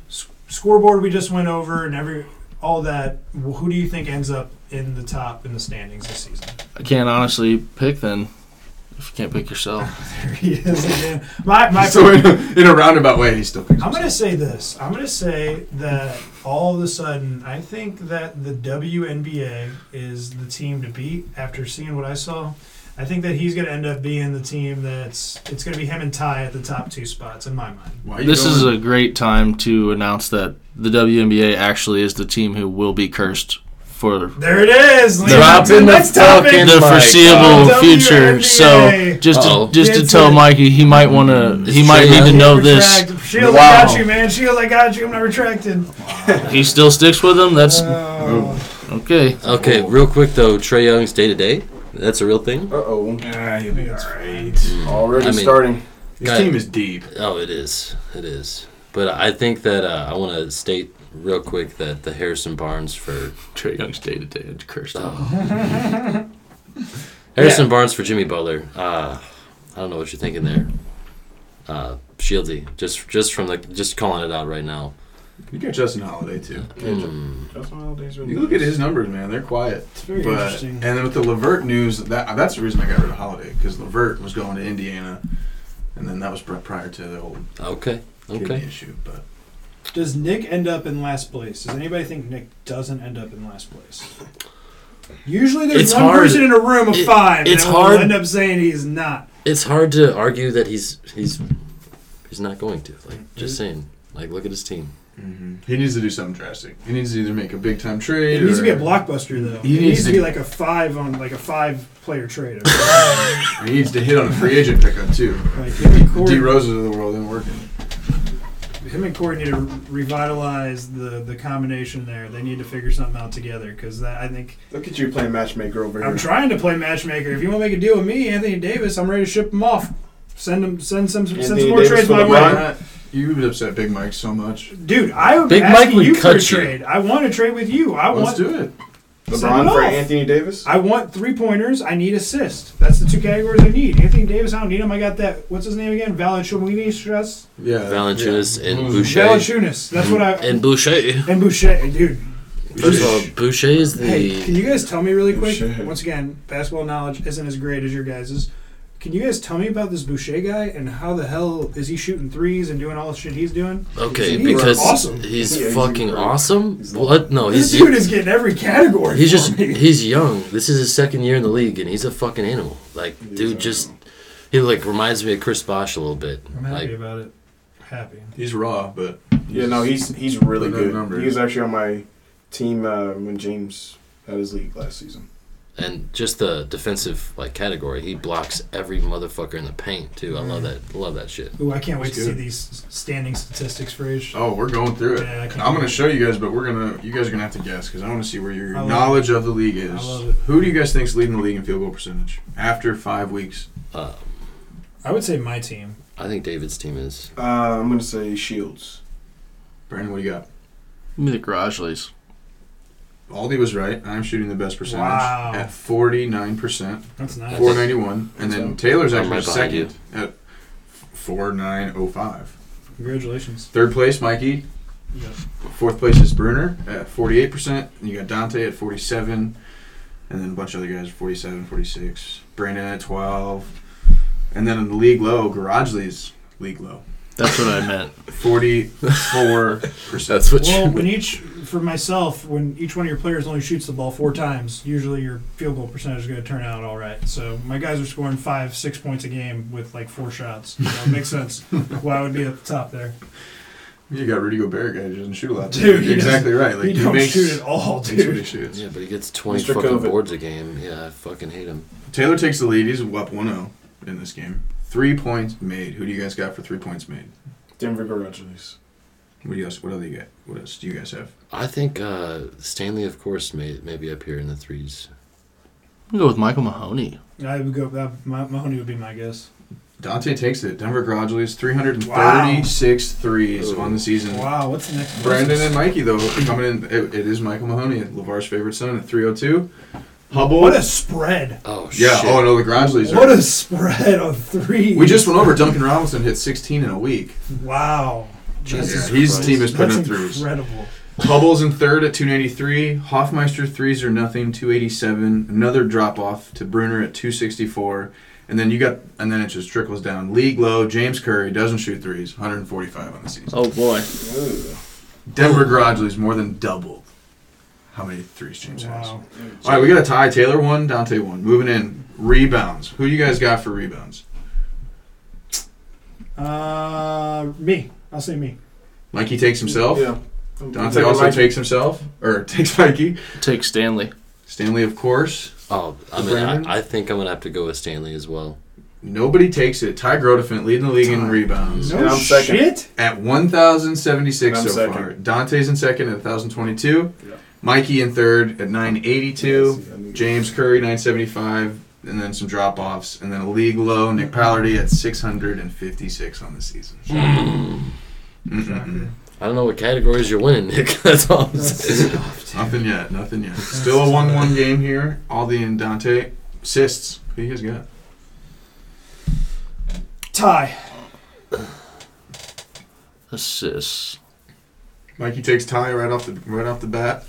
S4: s- scoreboard we just went over and every all that? wh- Who do you think ends up in the top in the standings this season?
S3: I can't honestly pick then. If you can't pick yourself,
S4: There he is again. My my.
S2: So in a, in a roundabout way, he still picks.
S4: I'm going to
S2: himself.
S4: say this. I'm going to say that all of a sudden, I think that the WNBA is the team to beat after seeing what I saw. I think that he's going to end up being the team that's. It's going to be him and Ty at the top two spots in my mind.
S2: Why are you
S3: this is
S2: going-
S3: a great time to announce that the WNBA actually is the team who will be cursed for
S4: There it is. Leading
S3: Drop
S4: to
S3: in the
S4: next topic.
S3: the foreseeable
S4: Oh,
S3: future.
S4: WNBA.
S3: So just
S6: Uh-oh.
S3: to, just to
S4: It's
S3: tell
S4: a-
S3: Mikey, he might want to. He
S6: It's
S3: might
S6: true.
S3: need to know this.
S4: Retract. Shields, I
S2: Wow.
S4: got you, man. Shields, I got you. I'm not retracted.
S3: He still sticks with him. That's
S4: Uh,
S3: okay.
S6: Okay, real quick though, Trey Young's day to day. That's a real thing.
S5: Uh oh.
S2: Ah, he'll be all right.
S5: Already
S6: Mm. I mean-
S5: starting.
S2: His
S6: Got
S2: team
S6: it.
S2: is deep.
S6: Oh, it is. It is. But I think that uh, I want to state real quick that the Harrison Barnes for
S3: Trey Young's day to day cursed.
S6: Harrison Barnes for Jimmy Butler. Uh, I don't know what you're thinking there. Uh, Shieldy, just just from the just calling it out right now.
S2: You got Justin Holiday too.
S6: mm.
S5: That's one of the days when-
S2: You look at his numbers, man. They're quiet.
S4: It's very
S2: But-
S4: interesting.
S2: And then with the Levert news, that that's the reason I got rid of Holiday because Levert was going to Indiana, and then that was pri- prior to the old
S6: Okay,
S2: kidney
S6: okay.
S2: issue. But
S4: Does Nick end up in last place? Does anybody think Nick doesn't end up in last place? Usually there's
S6: It's
S4: one
S6: hard.
S4: person in a room of
S6: It-
S4: five.
S6: it's
S4: and we'll
S6: hard.
S4: end up saying he's not.
S6: It's hard to argue that he's he's He's not going to. Like, just
S4: Mm-hmm.
S6: saying. Like, look at his team.
S2: He needs to do something drastic. He needs to either make a big time trade.
S4: It needs
S2: or,
S4: to be a blockbuster though.
S2: He needs
S4: it needs to
S2: to-
S4: be like a five on like a five player trade.
S2: or He needs to hit on a free agent pickup too.
S4: Like him and
S2: D
S4: Corey,
S2: Roses of the world isn't working.
S4: him and Corey need to revitalize the the combination there. They need to figure something out together because I think
S5: Look at you playing matchmaker over
S4: I'm trying to play matchmaker. If you want to make a deal with me, Anthony Davis, I'm ready to ship him off. Send him, send some, send
S5: Anthony
S4: some more
S5: Davis
S4: trades
S5: for
S4: my
S5: LeBron?
S4: way,
S2: Matt, you would upset Big Mike so much.
S4: dude. I would
S6: Big
S4: Big
S6: Mike would
S4: you for a
S6: cut you.
S4: trade. I want to trade with you. I
S2: Let's
S4: want,
S2: do it.
S4: Send it
S5: LeBron for
S4: off.
S5: Anthony Davis.
S4: I want three pointers. I need assists. That's the two categories I need. Anthony Davis, I don't need him. I got that. What's his name again? Valanciunas. Stress.
S2: Yeah.
S6: Valanciunas
S2: yeah. Mm-hmm.
S6: and
S2: Who's-
S6: Boucher.
S4: Valanciunas. That's what I.
S6: And Boucher.
S4: And Boucher, dude.
S6: First of all, Boucher is the.
S4: Hey, can you guys tell me really quick?
S5: Boucher.
S4: Once again, basketball knowledge isn't as great as your guys's. Can you guys tell me about this Boucher guy and how the hell is he shooting threes and doing all the shit he's doing?
S6: okay,
S4: He's
S6: because
S4: awesome.
S6: he's
S5: Yeah, he's
S6: fucking
S5: great.
S6: awesome.
S5: He's
S6: what? No,
S4: This
S6: he's
S4: dude is getting every category.
S6: he's
S4: for
S6: just
S4: me.
S6: he's young. This is his second year in the league, and he's a fucking animal. Like, dude, just he like reminds me of Chris Bosh a little bit.
S4: I'm happy
S6: Like,
S4: about it. Happy.
S2: He's raw, but
S5: Yeah, no, he's he's really
S2: Look at the
S5: good.
S2: numbers.
S5: He was actually on my team uh, when James had his league last season.
S6: and just the defensive like category, he blocks every motherfucker in the paint too. I love
S4: Mm.
S6: that. Love that shit.
S4: Ooh, I can't wait
S2: That's
S4: to see
S2: good.
S4: these standing statistics for each.
S2: oh, we're going through it.
S4: Yeah, I can't
S2: I'm going to
S4: wait.
S2: show you guys, but we're gonna you guys are gonna have to guess because I want to see where your
S4: I love
S2: knowledge of the league is.
S4: love it.
S2: Who do you guys think's leading the league in field goal percentage after five weeks?
S6: Uh,
S4: I would say my team.
S6: I think David's team is.
S5: Uh, I'm gonna say Shields.
S2: Brandon, what do you got?
S3: Give me the garage lease.
S2: Aldi was right. I'm shooting the best percentage
S4: Wow.
S2: at 49%,
S4: That's nice.
S2: 491. And then Taylor's
S6: I'm
S2: actually
S6: right behind
S2: second at 4905.
S4: Congratulations.
S2: Third place, Mikey.
S4: Yeah.
S2: Fourth place is Bruner at 48%. And you got Dante at 47. And then a bunch of other guys at 47, 46. Brandon at 12. And then in the league low, Garagely's league low.
S3: That's what I meant.
S2: 44%.
S6: That's what
S4: Well,
S6: you.
S4: when each for myself, when each one of your players only shoots the ball four times, usually your field goal percentage is going to turn out all right. So my guys are scoring five, six points a game with like four shots. That makes sense. Why I would be at the top there?
S2: you got Rudy Gobert, guy who doesn't shoot a lot.
S4: Dude, he
S2: You're exactly right.
S4: he,
S2: Like,
S4: don't
S2: makes,
S4: shoot at all,
S2: makes what he
S4: dude.
S2: shoots.
S6: Yeah, but he gets 20
S5: Mr.
S6: fucking
S5: Covid.
S6: boards a game. Yeah, I fucking hate him.
S2: Taylor takes the lead. He's up 1 0 in this game. Three points made. Who do you guys got for three points made?
S5: Denver Garagelies.
S2: What do you else? What other you got? What else do you guys have?
S6: I think uh, Stanley, of course, may, may be up here in the threes.
S3: I'm gonna go with Michael Mahoney.
S4: I would go. That, my, Mahoney would be my guess.
S2: Dante takes it. Denver Grodzley's 336 threes on the season.
S4: Wow, what's the next?
S2: Mm. Brandon
S4: person?
S2: and Mikey though are coming in. It, it is Michael Mahoney, Lavar's favorite son, at 302. Hubble.
S4: what a spread!
S6: Oh,
S2: yeah.
S6: shit.
S2: Oh no, the Grodzley's.
S4: What a spread on three.
S2: we just went over. Duncan Robinson hit 16 in a week.
S4: wow.
S6: Jesus
S2: Yeah,
S4: That's-
S2: his
S6: Christ.
S2: team is putting
S4: That's
S2: up threes.
S4: incredible.
S2: Hubble's in third at 293. Hoffmeister threes are nothing, 287. Another drop off to Bruner at 264. And then you got, and then it just trickles down. League low, James Curry doesn't shoot threes, 145 on the season.
S3: Oh boy.
S2: Denver Grodgley's more than doubled how many threes James has.
S4: Wow.
S2: All right, we got a tie. Taylor one, Dante one. Moving in. Rebounds. Who you guys got for rebounds?
S4: Uh, me. I'll say me.
S2: Mikey takes himself.
S5: Yeah.
S2: Dante also takes himself, or takes Mikey.
S3: Take Stanley.
S2: Stanley, of course.
S6: Oh, I mean, I, I think I'm going to have to go with Stanley as well.
S2: Nobody takes it. Ty Grotefend leading the league in rebounds
S5: And I'm second.
S4: shit.
S2: at 1,076
S5: And
S2: so
S5: I'm
S2: far.
S5: second.
S2: Dante's in second at 1,022.
S5: Yeah.
S2: Mikey in third at 982.
S5: Yeah, I see. I knew-
S2: James Curry 975, and then some drop offs, and then a league low. Nick Pallardy at 656 on the season.
S4: Shocker.
S6: I don't know what categories you're winning, Nick. That's all I'm saying.
S2: Nothing yet. Nothing yet. Still a 1-1 game here. Aldi and Dante assists. Who you guys got?
S4: Tie.
S3: Assists.
S2: Mikey takes Ty right off the right off the bat.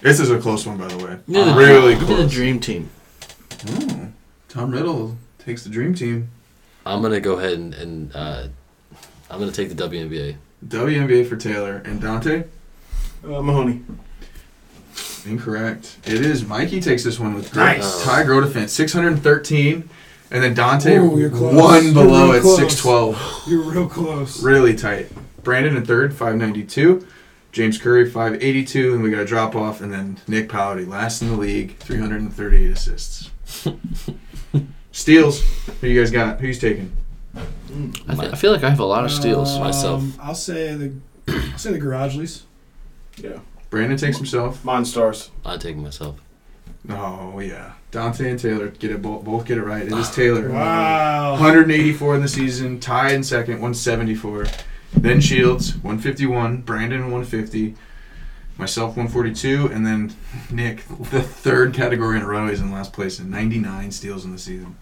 S2: This is a close one, by the way.
S3: You're the-
S2: really
S3: you're
S2: close.
S3: the dream team.
S2: Ooh, Tom Riddle takes the dream team.
S6: I'm going to go ahead and, and uh, I'm going to take the WNBA.
S2: WNBA for Taylor and Dante.
S5: Uh, Mahoney.
S2: Incorrect. It is Mikey takes this one with great
S6: Nice.
S2: Ty Grow defense, 613. And then Dante,
S4: Ooh, you're close.
S2: one
S4: You're
S2: below
S4: real
S2: at
S4: close.
S2: 612.
S4: You're real close.
S2: Really tight. Brandon in third, 592. James Curry, 582. And we got a drop off. And then Nick Powdy, last in the league, 338 assists. Steals. Who you guys got? Who's taking?
S3: I, th- I feel like I have a lot of steals.
S4: Um,
S6: myself.
S4: I'll say the I'll say the garage lease.
S2: Brandon takes himself.
S5: Mine stars.
S6: I take myself.
S2: Oh, yeah. Dante and Taylor get it both, both get it right. It is Taylor.
S4: Wow.
S2: 184 in the season, tied in second, 174. Then Shields, 151. Brandon, 150. Myself, 142. And then Nick, the third category in a row, is in last place in 99 steals in the season.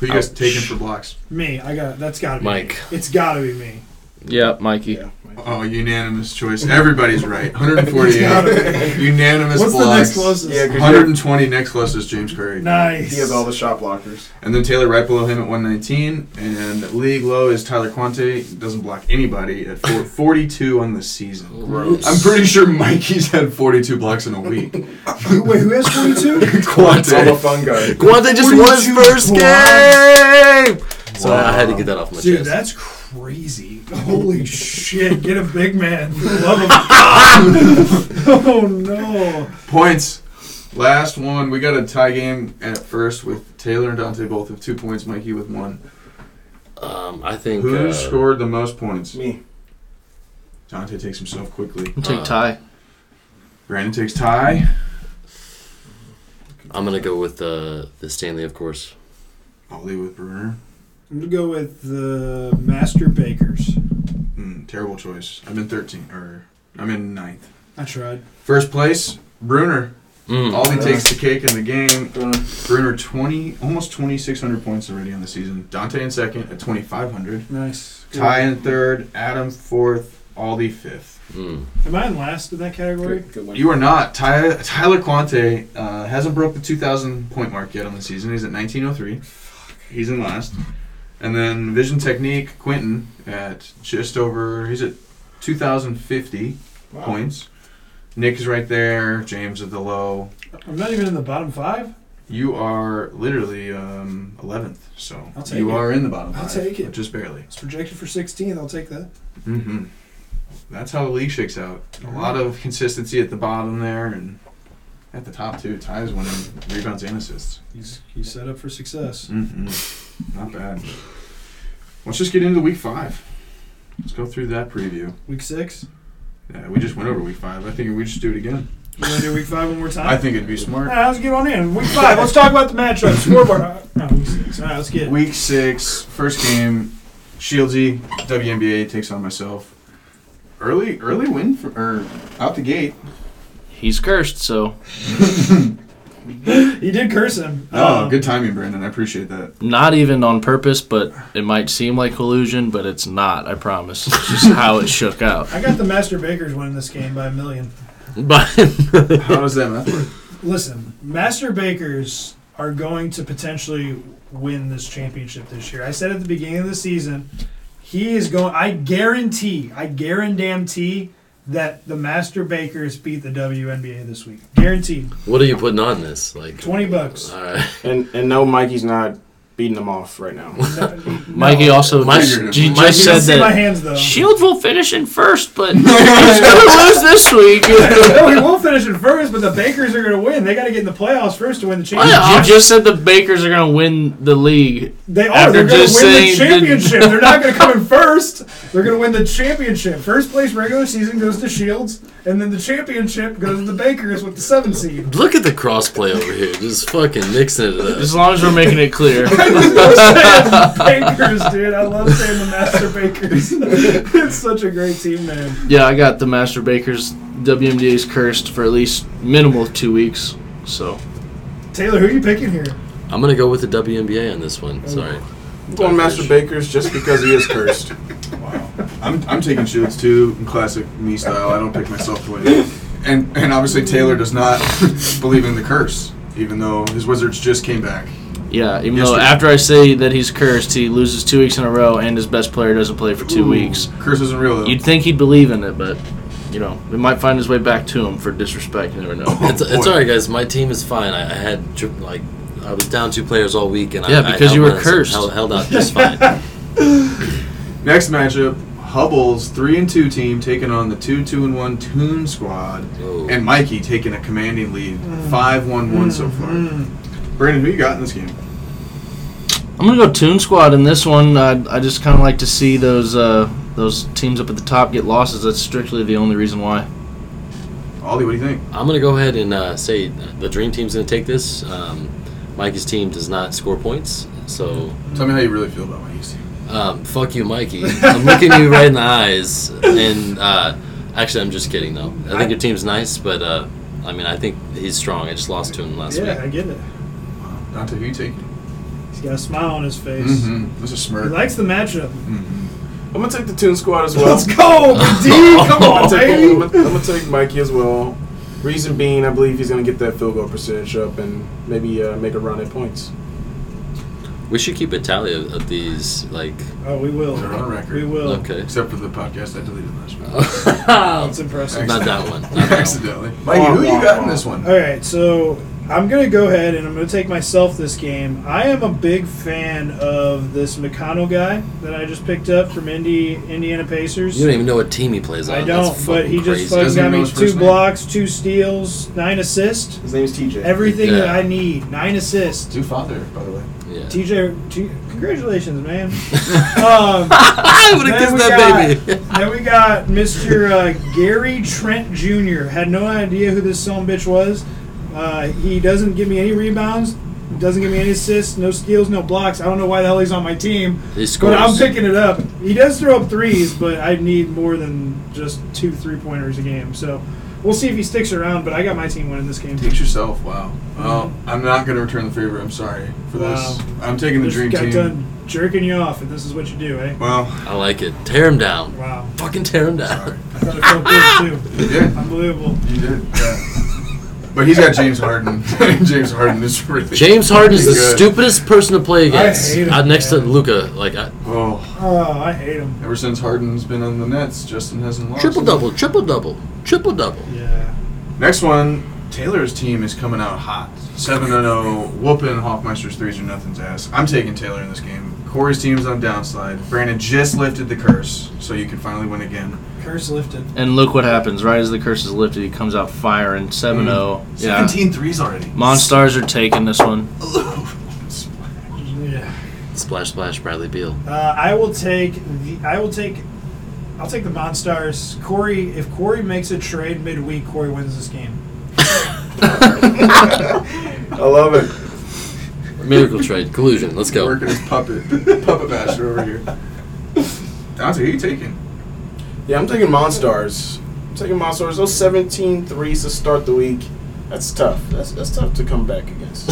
S2: Who you guys
S6: Ouch.
S2: taking for blocks?
S4: Me, I got that's got to be
S6: Mike.
S4: Me. It's got to be me.
S3: Yeah, Mikey.
S5: Yeah.
S2: Oh, unanimous choice. Everybody's right. 148. unanimous
S4: What's the
S2: blocks.
S4: next closest?
S5: Yeah, 'cause you
S2: 120 next closest, James Curry.
S4: Nice.
S5: he has all the shot blockers.
S2: And then Taylor right below him at 119. And league low is Tyler Quante. Doesn't block anybody at four, 42 on the season.
S6: Gross.
S2: I'm pretty sure Mikey's had 42 blocks in a week.
S4: Wait, who has 42?
S5: It's all the fun guy.
S6: Guante just won his
S4: 42
S6: first
S4: blocks.
S6: game. So I had to get that off my
S4: Dude,
S6: chest.
S4: that's crazy. Holy shit. Get a big man. For the love of God. oh, no.
S2: Points. Last one. We got a tie game at first with Taylor and Dante both have two points. Mikey with one.
S6: um, I think.
S2: Who
S6: uh,
S2: scored the most points?
S5: Me.
S2: Dante takes himself quickly.
S3: I'll take
S6: Uh,
S3: Ty.
S2: Brandon takes tie.
S6: I'm gonna go with uh, the Stanley, of course.
S2: Ollie with Bruner.
S4: I'm going to go with the Master Bakers.
S2: Mm, terrible choice. I'm in 13 or I'm in ninth.
S4: I tried.
S2: First place, Bruner.
S3: Hmm.
S6: Mm.
S2: Aldi takes the cake in the game.
S5: Bruner.
S2: Bruner twenty, almost twenty six hundred points already on the season. Dante in second at twenty five hundred.
S4: Nice. Good.
S2: Ty in third. Adam fourth. Aldi fifth.
S6: Mm.
S4: Am I in last in that category?
S5: Good, good one.
S2: You are not. Ty, Tyler Quante uh, hasn't broke the two thousand point mark yet on the season. He's at nineteen oh three. He's in last. And then Vision Technique Quentin at just over. He's at two thousand fifty
S5: Wow.
S2: points. Nick is right there. James at the low.
S4: I'm not even in the bottom five.
S2: You are literally um, 11th, so
S4: I'll take
S2: you
S4: it.
S2: are in the bottom
S4: I'll
S2: five,
S4: take it.
S2: but just barely.
S4: It's projected for 16th. I'll take that.
S2: hmm That's how the league shakes out. A lot of consistency at the bottom there, and at the top too. Ties winning rebounds and assists.
S4: He's, he's set up for success.
S2: hmm Not bad. Let's just get into week five. Let's go through that preview.
S4: Week six.
S2: Yeah, we just went over week five. I think we just do it again.
S4: You want to do week five one more time?
S2: I think it'd be
S4: All
S2: smart.
S4: right, let's get on in. Week five. Let's talk about the matchup. Scoreboard. Uh, No, week six. All right, let's get it.
S2: Week six, first game, Shieldsy, WNBA takes on myself. Early, early win from or out the gate.
S3: He's cursed, so
S4: He did curse him.
S2: Oh,
S4: Um,
S2: good timing, Brandon. I appreciate that.
S3: not even on purpose, but it might seem like collusion, but it's not. I promise. It's just how it shook out.
S4: I got the Master Bakers winning this game by a million.
S6: But
S2: How does that math work?
S4: Listen, Master Bakers are going to potentially win this championship this year. I said at the beginning of the season, he is going. I guarantee, I guarantee that the Master Bakers beat the WNBA this week. Guaranteed.
S6: what are you putting on this? Like,
S4: Twenty bucks.
S6: all right.
S5: And and no, Mikey's not beating them off right now.
S3: Mikey also
S6: My-
S3: just, he
S6: my-
S3: just said
S4: See my
S3: that
S4: hands though.
S3: Shields will finish in first, but he's gonna lose this week.
S4: no, we won't finish in first, but the Bakers are going to win. They got to get in the playoffs first to win the
S3: You
S4: championship.
S3: just said the Bakers are gonna win the league.
S4: They are.
S3: after
S4: They're going to
S3: just
S4: win the
S3: saying that-
S4: championship. They're not going to come in first. They're going to win the championship. First place regular season goes to Shields, and then the championship goes to the Bakers with the seven seed.
S6: Look at the crossplay over here, just fucking mixing it up.
S3: As long as we're making it clear.
S4: Bakers, dude. I love saying the Master Bakers. it's such a great team name.
S3: Yeah, I got the Master Bakers WMDA's cursed for at least minimal two weeks. So
S4: Taylor, who are you picking here?
S6: I'm gonna go with the WNBA on this one. Sorry.
S5: I'm going Master Baker's just because he is cursed.
S2: I'm, I'm taking Shields too, in classic me style. I don't pick myself to win. And and obviously Taylor does not believe in the curse, even though his Wizards just came back.
S3: yeah, even
S2: Yes,
S3: though
S2: sir.
S3: after I say that he's cursed, he loses two weeks in a row and his best player doesn't play for two weeks.
S2: Curse isn't real though.
S3: You'd think he'd believe in it, but you know, it might find his way back to him for disrespect. You never know.
S6: It's, it's all right, guys. My team is fine. I, I had dri- like I was down two players all week, and
S3: Yeah,
S6: I, I
S3: because
S6: held
S3: you were
S6: on and
S3: cursed.
S6: Held, held out just fine.
S2: Next matchup: Hubble's three and two team taking on the two two and one Toon Squad,
S6: Whoa.
S2: and Mikey taking a commanding lead,
S4: Mm.
S2: five one one so far. Brandon, who you got in this game?
S3: I'm gonna go Toon Squad in this one. I, I just kind of like to see those uh, those teams up at the top get losses. That's strictly the only reason why.
S2: Ollie, what do you think?
S6: I'm gonna go ahead and uh, say the dream team's gonna take this. Um, Mikey's team does not score points, so
S2: Mm. Tell me how you really feel about Mikey's team.
S6: um, fuck you, Mikey. I'm looking you right in the eyes, and uh, actually, I'm just kidding though. I think your team's nice, but uh, I mean, I think he's strong. I just lost to him last
S4: Yeah,
S6: week.
S4: I get it.
S2: Uh, Dante, who you taking?
S4: He's got a smile on his face.
S2: Mm-hmm. That's a
S4: He
S2: smirk.
S4: likes the matchup.
S5: I'm gonna take the Toon Squad as well.
S4: Let's go, D. Come
S5: I'm
S4: on,
S5: gonna, take, I'm,
S4: baby.
S5: gonna, I'm gonna take Mikey as well. Reason being, I believe he's gonna get that field goal percentage up and maybe uh, make a run at points.
S6: We should keep a tally of, of these, like.
S4: Oh, we will.
S2: They're on record.
S4: We will.
S6: Okay.
S2: Except for the podcast I deleted last week.
S4: That's impressive.
S6: Oh, Not that one. Not that one.
S2: Accidentally. Mikey, who you got in this one?
S4: All right, so I'm going to go ahead and I'm going to take myself this game. I am a big fan of this McConnell guy that I just picked up from Indy Indiana Pacers.
S6: You don't even know what team he plays on.
S4: I
S6: That's
S4: don't, but
S6: fucking
S4: he just
S6: crazy.
S4: fucking
S2: Doesn't
S4: got
S2: he know
S4: me
S2: his
S4: two
S2: first name?
S4: blocks, two steals, nine assists,
S5: His name's TJ.
S4: everything that
S6: Yeah.
S4: I need. Nine assists.
S2: Two father, by the way.
S6: Yeah.
S4: TJ, T- congratulations, man. um,
S6: I would have
S4: Then
S6: kissed
S4: we
S6: that
S4: got-
S6: baby.
S4: then we got Mr. Uh, Gary Trent Jr. Had no idea who this son of a bitch was. Uh, he doesn't give me any rebounds. Doesn't give me any assists, no steals, no blocks. I don't know why the hell he's on my team,
S6: He scores.
S4: but I'm picking it up. He does throw up threes, but I need more than just two three pointers a game. So we'll see if he sticks around. But I got my team winning this game.
S2: Takes yourself. Wow. Well, I'm not going to return the favor. I'm sorry for this.
S4: Wow.
S2: I'm taking the
S4: Just
S2: dream
S4: got
S2: team.
S4: done jerking you off, and this is what you do, eh?
S2: Well,
S6: I like it. Tear him down.
S4: Wow,
S6: Fucking tear him down.
S4: I thought it felt good too.
S2: yeah,
S4: Unbelievable.
S2: you did. Yeah. but he's got James Harden. James Harden is really.
S6: James Harden is the
S2: Good.
S6: stupidest person to play against.
S4: hate him,
S6: Out next to
S4: man.
S6: Luca, like uh, I,
S2: Oh,
S4: Oh, I hate him.
S2: ever since Harden's been on the Nets, Justin hasn't lost.
S6: triple double, triple double, triple double.
S4: Yeah.
S2: Next one, Taylor's team is coming out hot. 7 0, whooping Hoffmeister's threes or nothing's ass. I'm taking Taylor in this game. Corey's team's on downslide. Brandon just lifted the curse, so you can finally win again.
S4: Curse lifted.
S3: And look what happens. Right as the curse is lifted, he comes out firing 7 0.
S2: Mm.
S3: Yeah.
S2: 17 threes already.
S3: Monstars are taking this one.
S4: Yeah.
S6: Splash, splash, Bradley Beal.
S4: Uh, I will take the. I will take. I'll take the Monstars. Corey, if Corey makes a trade midweek, Corey wins this game.
S5: I love it.
S6: Miracle trade, collusion. Let's go.
S2: Working his puppet, puppet master over here. Dante, who you taking?
S5: Yeah, I'm taking Monstars. I'm taking Monstars. Those 17 threes to start the week. That's tough. That's that's tough to come back against.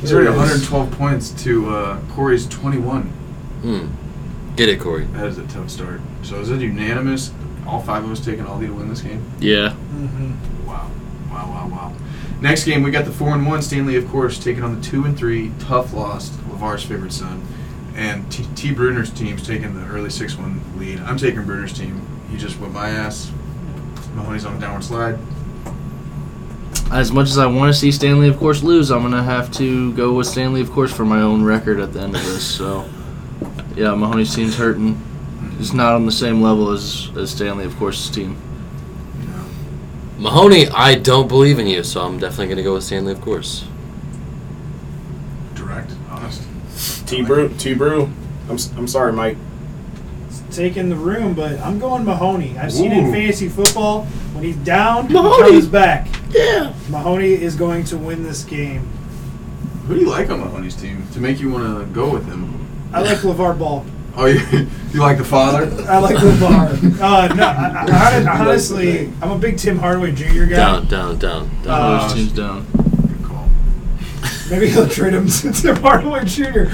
S2: He's already 112 points to uh, Corey's 21.
S6: Hmm. Get it, Corey.
S2: That is a tough start. So is it unanimous? All five of us taking Aldi to win this game?
S3: Yeah.
S2: Wow. Wow, wow, wow. Next game, we got the 4 and 1. Stanley, of course, taking on the 2 and 3. Tough loss. LeVar's favorite son. And T, T. Bruner's team's taking the early 6 1 lead. I'm taking Bruner's team. He just whipped my ass. Mahoney's on a downward slide.
S3: As much as I want to see Stanley, of course, lose, I'm going to have to go with Stanley, of course, for my own record at the end of this. So, yeah, Mahoney's team's hurting. It's not on the same level as, as Stanley, of course, team.
S6: Mahoney, I don't believe in you, so I'm definitely gonna go with Stanley, of course.
S2: Direct. Honest.
S5: T Brew, T Brew. I'm, s- I'm sorry, Mike.
S4: It's taking the room, but I'm going Mahoney. I've seen it in
S2: Ooh.
S4: fantasy football when he's down,
S6: Mahoney!
S4: Mahoney. comes back.
S6: Yeah.
S4: Mahoney is going to win this game.
S2: Who do you like on Mahoney's team to make you want to go with him?
S4: I like LeVar Ball.
S2: Oh, you, you like the father?
S4: I like LeVar. Uh, no, I, I, hon- honestly, I'm a big Tim Hardaway Jr. guy.
S6: Down, down, down, down.
S4: Uh,
S3: Mahoney's team's down.
S2: Good call.
S4: Maybe he'll trade him to Tim Hardaway Jr.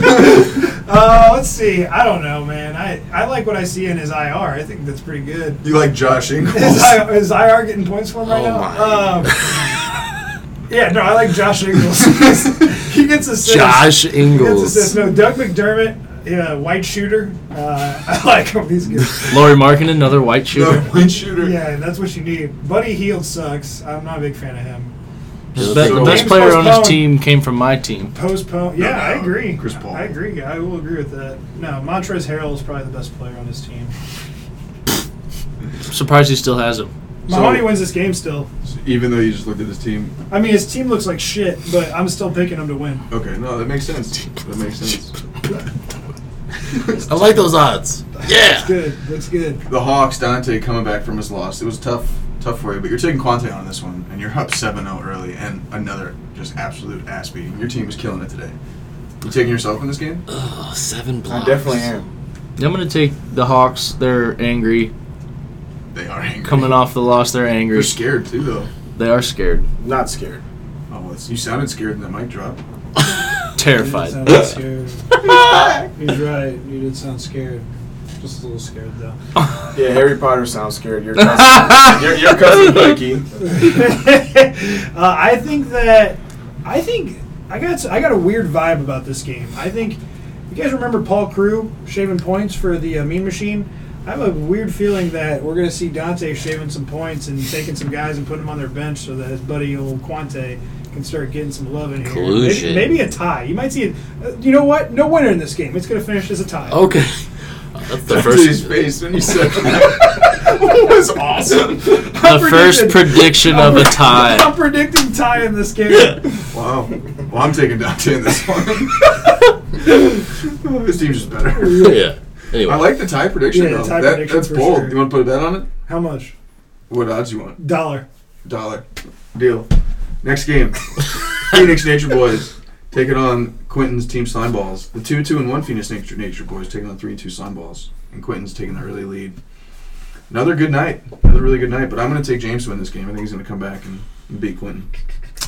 S4: Uh, let's see. I don't know, man. I, I like what I see in his IR. I think that's pretty good.
S2: You like Josh Ingles?
S4: Is, I, is IR getting points for him right
S6: Oh
S4: now?
S6: my.
S4: Um, yeah, no, I like Josh Ingles. he gets assists.
S6: Josh
S4: He gets assists.
S6: Ingles.
S4: No, Doug McDermott, yeah, white shooter. Uh, I like him. He's good.
S3: Laurie Markin, another white
S2: No,
S3: shooter.
S2: win shooter.
S4: Yeah, that's what you need. Buddy Heald sucks. I'm not a big fan of him.
S3: His
S6: Yeah,
S3: be-
S6: so
S3: the best
S4: game's
S3: player on his
S4: postponed.
S3: team came from my team.
S4: Postpone. Yeah,
S2: No,
S4: I
S2: no,
S4: agree.
S2: Chris Paul.
S4: I agree. I will agree with that. No, Montrezl Harrell is probably the best player on his team.
S3: Surprised he still has him.
S4: Mahoney wins this game still.
S2: Even though you just looked at this team.
S4: I mean, his team looks like shit, but I'm still picking him to win.
S2: Okay, no, that makes sense. That makes sense.
S6: I like those odds.
S4: That's good. That's good.
S2: The Hawks, Dante coming back from his loss. It was tough, tough for you, but you're taking Quante on this one, and you're up 7 0 early, and another just absolute ass beating. Your team is killing it today. You taking yourself in this game?
S6: Oh, seven
S5: I
S6: blocks.
S5: definitely am.
S3: I'm gonna take the Hawks. They're angry.
S2: They are angry.
S3: Coming off the loss, they're angry.
S2: They're scared, too, though.
S3: They are scared.
S5: Not scared.
S2: Oh, well, it's- you sounded scared in that mic drop.
S4: You did
S3: Terrified.
S4: sound scared. He's right. You did sound scared. Just a little scared though.
S5: Yeah, Harry Potter sounds scared. Your cousin, your, your cousin Becky.
S4: uh, I think that I think I got I got a weird vibe about this game. I think you guys remember Paul Crew shaving points for the uh, Mean Machine. I have a weird feeling that we're going to see Dante shaving some points and taking some guys and putting them on their bench so that his buddy old Quante can start getting some love in here. Maybe,
S6: Collusion.
S4: maybe a tie. You might see it. Uh, you know what? No winner in this game. It's going to finish as a tie.
S3: Oh,
S6: Okay. That's the
S2: Dante's
S6: first.
S2: face when you said that was awesome.
S3: The first prediction of a
S4: I'm
S3: tie.
S4: predicting tie in this game.
S2: Wow. Well, I'm taking Dante in this one. this team's just better.
S6: Yeah. Anyway.
S2: I like the tie prediction
S4: Yeah,
S2: though.
S4: tie
S2: that,
S4: prediction
S2: that's
S4: for
S2: bold.
S4: sure.
S2: You want to put a bet on it?
S4: How much?
S2: What odds you want?
S4: Dollar.
S2: Dollar. Deal. Next game. Phoenix Nature Boys taking on Quentin's team slime balls. The two two and one Phoenix Nature Nature Boys taking on three and two slime balls. And Quentin's taking the early lead. Another good night. Another really good night. But I'm gonna take James to win this game. I think he's gonna come back and, and beat Quentin.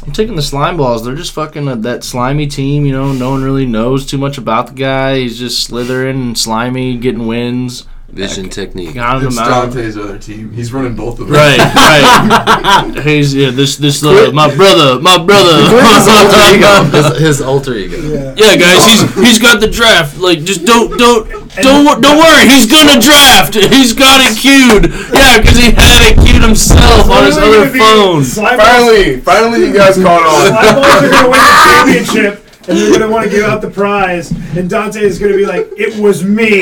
S3: I'm taking the slime balls. They're just fucking uh, that slimy team. You know, no one really knows too much about the guy. He's just slithering and slimy, getting wins,
S6: Vision technique.
S3: counting
S2: It's
S3: them out.
S2: Dante's other team. He's running both of them.
S3: Right, right. He's yeah, this this uh, my brother, my
S6: His alter
S3: brother.
S6: ego. His, his alter ego.
S3: yeah, guys, he's he's got the draft. Like, just don't don't don't wor- don't worry. He's gonna draft. He's got it queued. Yeah, because he had it queued himself on his
S4: Literally
S3: other
S4: gonna be
S3: phone.
S4: Slime balls,
S5: Finally, finally, you guys caught on.
S4: slime balls are going to win the championship, and they're going to want to give out the prize. And Dante is going to be like, "It was me."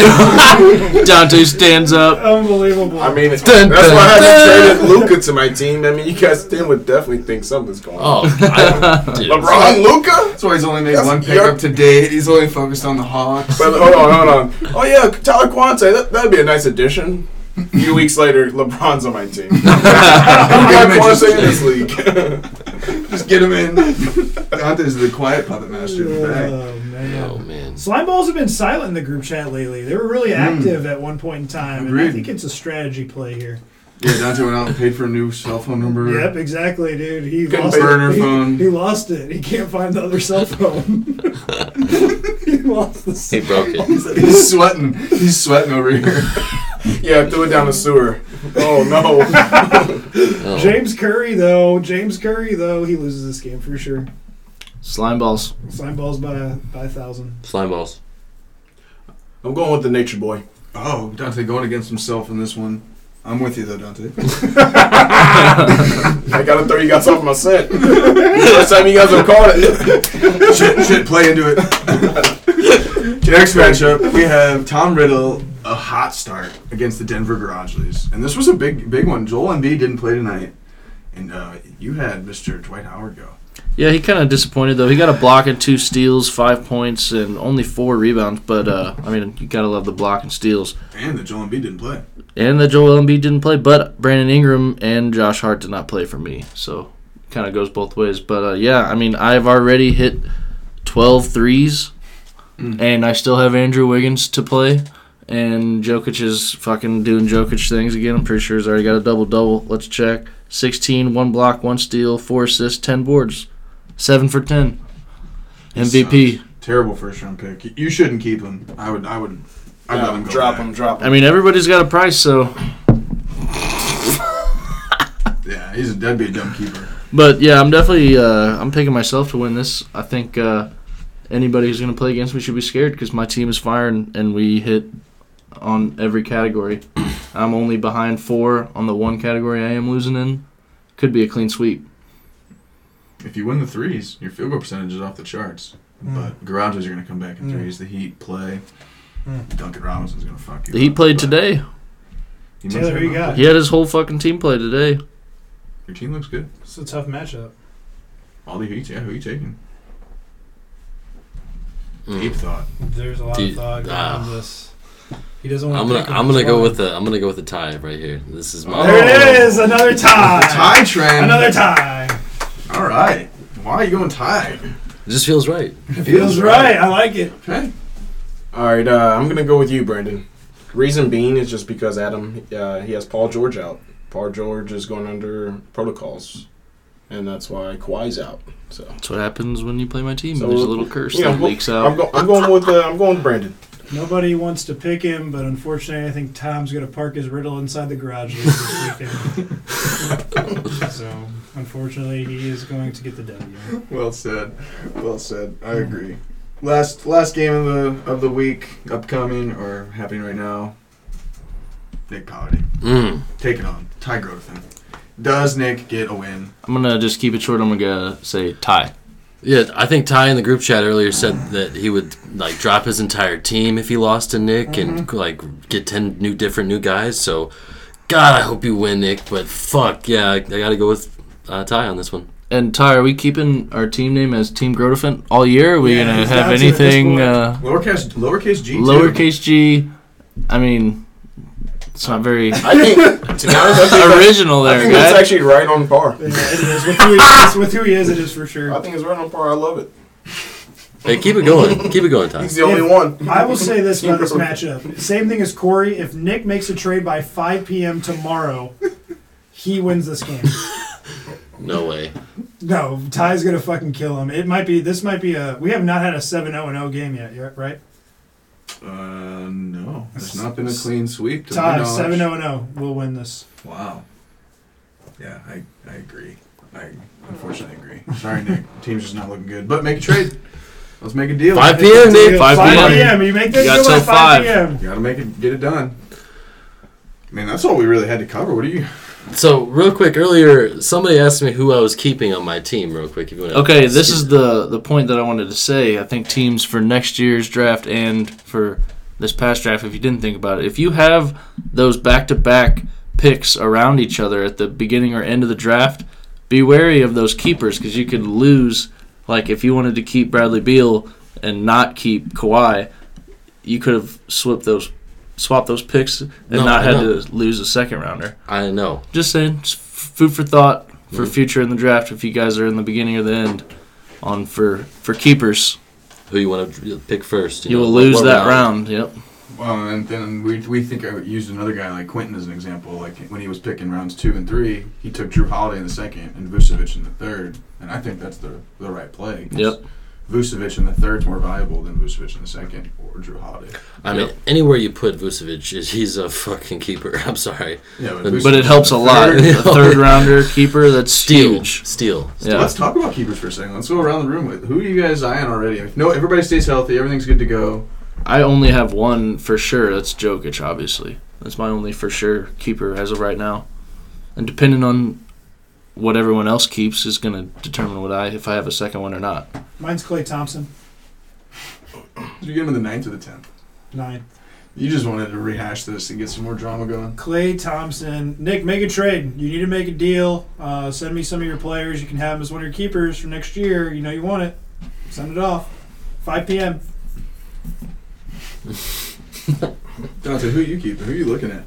S3: Dante stands up.
S4: Unbelievable.
S5: I mean, that's
S6: Dun,
S5: why I
S6: dun,
S5: haven't traded Luca to my team. I mean, you guys then would definitely think something's going on.
S6: Oh, I, dude.
S5: LeBron, Luca.
S2: That's why he's only made
S5: That's-
S2: one
S5: you're-
S2: pickup to date. He's only focused on the Hawks.
S5: But hold on, hold on. Oh yeah, Tyler Quante. That, that'd be a nice addition. A few weeks later, LeBron's on my team. I'm
S2: Give him
S5: Quante in
S2: a-
S5: this league.
S2: Just get him in. Dante's the quiet puppet master in the back.
S4: oh man.
S6: Oh man.
S4: Slime balls have been silent in the group chat lately. They were really active at one point in time, and I
S2: Hmm. Agreed.
S4: think it's a strategy play here.
S2: Yeah, Dante went out and paid for a new cell phone number.
S4: Yep, exactly, dude. He
S5: Couldn't
S4: lost
S2: Hmm. burn
S4: it.
S2: her
S4: He-
S2: phone.
S4: He, lost it. He can't find the other cell phone. he lost the.
S6: He
S4: cell-
S6: broke it.
S2: He's sweating. He's sweating over here.
S5: yeah, I threw it down the sewer. Oh no.
S6: Oh,
S4: James Curry though. James Curry though. He loses this game for sure.
S3: Slime balls.
S4: Slime balls by by a thousand.
S6: Slime balls.
S5: I'm going with the Nature Boy.
S2: Oh, Dante going against himself in this one. I'm with you though, Dante.
S5: I gotta throw you guys off my set. First time you guys have caught it.
S2: shit, shit, play into it. Next matchup, we have Tom Riddle, a hot start against the Denver Garagelies, and this was a big, big one. Joel Embiid didn't play tonight, and uh, you had Mr. Dwight Howard go.
S3: Yeah, he kind of disappointed though. He got a block and two steals, five points, and only four rebounds. But uh, I mean, you gotta love the block and steals.
S2: And that Joel Embiid didn't play.
S3: And that Joel Embiid didn't play, but Brandon Ingram and Josh Hart did not play for me. So kind of goes both ways. But uh, yeah, I mean, I've already hit 12 threes, and I still have Andrew Wiggins to play. And Jokic is fucking doing Jokic things again. I'm pretty sure he's already got a double double. Let's check 16, one block, one steal, four assists, 10 boards, 7 for 10. MVP.
S2: Terrible first round pick. Y- You shouldn't keep him. I would. I would. I'd let him go
S5: drop
S2: back.
S5: him, drop
S3: I
S5: him.
S3: mean, everybody's got a price, so.
S2: Yeah, he's a that'd be a dumb keeper.
S3: But yeah, I'm definitely uh, I'm picking myself to win this. I think uh, anybody who's going to play against me should be scared because my team is firing and we hit on every category. I'm only behind four on the one category I am losing in. Could be a clean sweep.
S2: if you win the threes, your field goal percentage is off the charts.
S4: Hmm.
S2: But garages are going to come back in
S4: Mm.
S2: threes. The Heat play.
S4: Mm.
S2: Duncan Robinson's going to fuck you.
S3: The Heat
S2: up,
S3: played
S2: but
S3: today.
S2: you
S4: Taylor,
S2: mentioned
S4: who you
S2: about
S4: got?
S3: He had his whole fucking team play today.
S2: that. Your team looks good.
S4: It's a tough matchup.
S2: All the Heat, yeah. Who you taking?
S3: Hmm.
S6: Mm.
S2: Deep thought.
S4: There's a lot
S6: Dude,
S4: of thought going
S6: ah.
S4: into this. He doesn't want.
S6: I'm gonna I'm gonna go with Oh. the I'm gonna go with the tie right here. This is my.
S4: There it is, another tie.
S2: Tie trend.
S4: Another tie.
S2: All right. Why are you going tie?
S6: It just feels right.
S4: Feels right. I like it.
S2: Okay.
S5: All right, uh, I'm gonna go with you, Brandon. Reason being is just because Adam uh, he has Paul George out. Paul George is going under protocols, and that's why Kawhi's out. So
S3: That's what happens when you play my team.
S5: So,
S3: There's a little curse
S5: yeah,
S3: that
S5: well,
S3: leaks
S5: I'm,
S3: out.
S5: go- I'm going with uh, I'm going with Brandon.
S4: Nobody wants to pick him, but unfortunately, I think Tom's gonna park his riddle inside the garage this weekend. so, unfortunately, he is going to get the W.
S2: Well said. Well said. I
S4: Hmm.
S2: agree. Last last game of the of the week, upcoming or happening right now. Nick Pollardy.
S6: Mm.
S2: Take it on. Ty Grotefin. Does Nick get a win?
S3: I'm gonna just keep it short. I'm gonna say tie.
S6: Yeah, I think Ty in the group chat earlier said that he would like drop his entire team if he lost to Nick and like get ten new different new guys. So, God, I hope you win, Nick. But fuck, yeah, I, I gotta go with uh, Ty on this one.
S3: And Ty, are we keeping our team name as Team Grotefin all year? Are we
S4: Yeah,
S3: gonna
S4: it's
S3: have
S4: down to it at this
S3: anything
S4: point.
S3: uh,
S2: Lowercase lowercase G. too.
S3: lowercase G? I mean, it's not very
S5: I think to be honest, I think,
S3: original
S5: I
S3: there,
S5: think that's
S3: guys.
S5: actually right on par.
S4: It is with who he is. With who he is, it is for sure.
S5: I think it's right on par. I love it.
S6: Hey, keep it going, keep it going, Ty.
S5: He's the only
S4: If-
S5: one.
S4: I will say this about this matchup. Same thing as Corey. If Nick makes a trade by 5 p.m. tomorrow, he wins this game.
S6: No way.
S4: No, Ty's gonna fucking kill him. It might be. This might be a. We have not had a 7 0 0 game yet, yeah, right?
S2: Uh no. There's not been a clean sweep to my
S4: Ty oh.
S2: knowledge.
S4: 7 0 0 will win this.
S2: Wow. Yeah, I, I agree. I unfortunately agree. Sorry, Nick. Team's just not looking good. But make a trade. Let's make a deal.
S6: 5 p.m. Nick.
S3: 5
S4: 5
S3: p.m.
S4: p.m. You make this
S3: You got
S4: deal by
S3: till
S4: 5
S3: 5.
S4: p.m.
S2: Gotta make it get it done. I mean, that's all we really had to cover. What do you?
S6: So, real quick, earlier somebody asked me who I was keeping on my team. Real quick, if you want.
S3: Okay, this is the the point that I wanted to say. I think teams for next year's draft and for this past draft, if you didn't think about it, if you have those back to back picks around each other at the beginning or end of the draft, be wary of those keepers because you could lose. Like if you wanted to keep Bradley Beal and not keep Kawhi, you could have swapped those swapped those picks and
S6: No,
S3: not
S6: I
S3: had
S6: know.
S3: to lose a second rounder.
S6: I know.
S3: Just saying, just f- food for thought for future in the draft. If you guys are in the beginning or the end on for for keepers,
S6: who you want to pick first.
S3: you
S6: know,
S3: will lose
S6: what
S3: that round. Yep.
S2: Well, and then we we think I used another guy like Quentin as an example. Like when he was picking rounds two and three, he took Drew Holiday in the second and Vucevic in the third, and I think that's the the right play. 'cause
S3: Yep.
S2: Vucevic in the third's more valuable than Vucevic in the second or Drew Holiday.
S6: I mean, anywhere you put Vucevic, is- he's a fucking keeper. I'm sorry.
S2: Yeah, but,
S6: But
S3: But it helps a lot.
S2: Third-
S3: A third rounder keeper that's
S6: Steal.
S3: huge.
S6: Steal.
S3: Yeah.
S2: Let's talk about keepers for a second. Let's go around the room with who are you guys eyeing already? If no, everybody stays healthy, everything's good to go.
S3: I only have one for sure. That's Jokic, obviously. That's my only for sure keeper as of right now. And depending on what everyone else keeps is going to determine what I if I have a second one or not.
S4: Mine's Clay Thompson.
S2: Did you get him in the ninth or the tenth?
S4: Nine.
S2: You just wanted to rehash this and get some more drama going.
S4: Clay Thompson. Nick, make a trade. You need to make a deal. Uh, send me some of your players. You can have them as one of your keepers for next year. You know you want it. Send it off. 5 p.m.
S2: Dante, who you keeping? Who you looking at?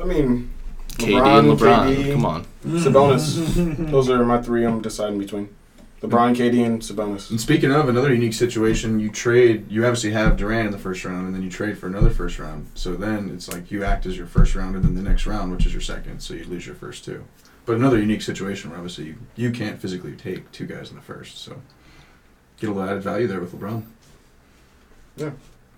S5: I mean,
S3: KD
S5: LeBron,
S3: and LeBron.
S5: KD.
S3: Come on.
S5: Sabonis. Those are my three. I'm deciding between LeBron, KD, and Sabonis.
S2: And speaking of another unique situation, you trade. You obviously have Durant in the first round, and then you trade for another first round. So then it's like you act as your first round, and then the next round, which is your second, so you lose your first two. But another unique situation where obviously you, you can't physically take two guys in the first, so get a little added value there with LeBron.
S5: Yeah.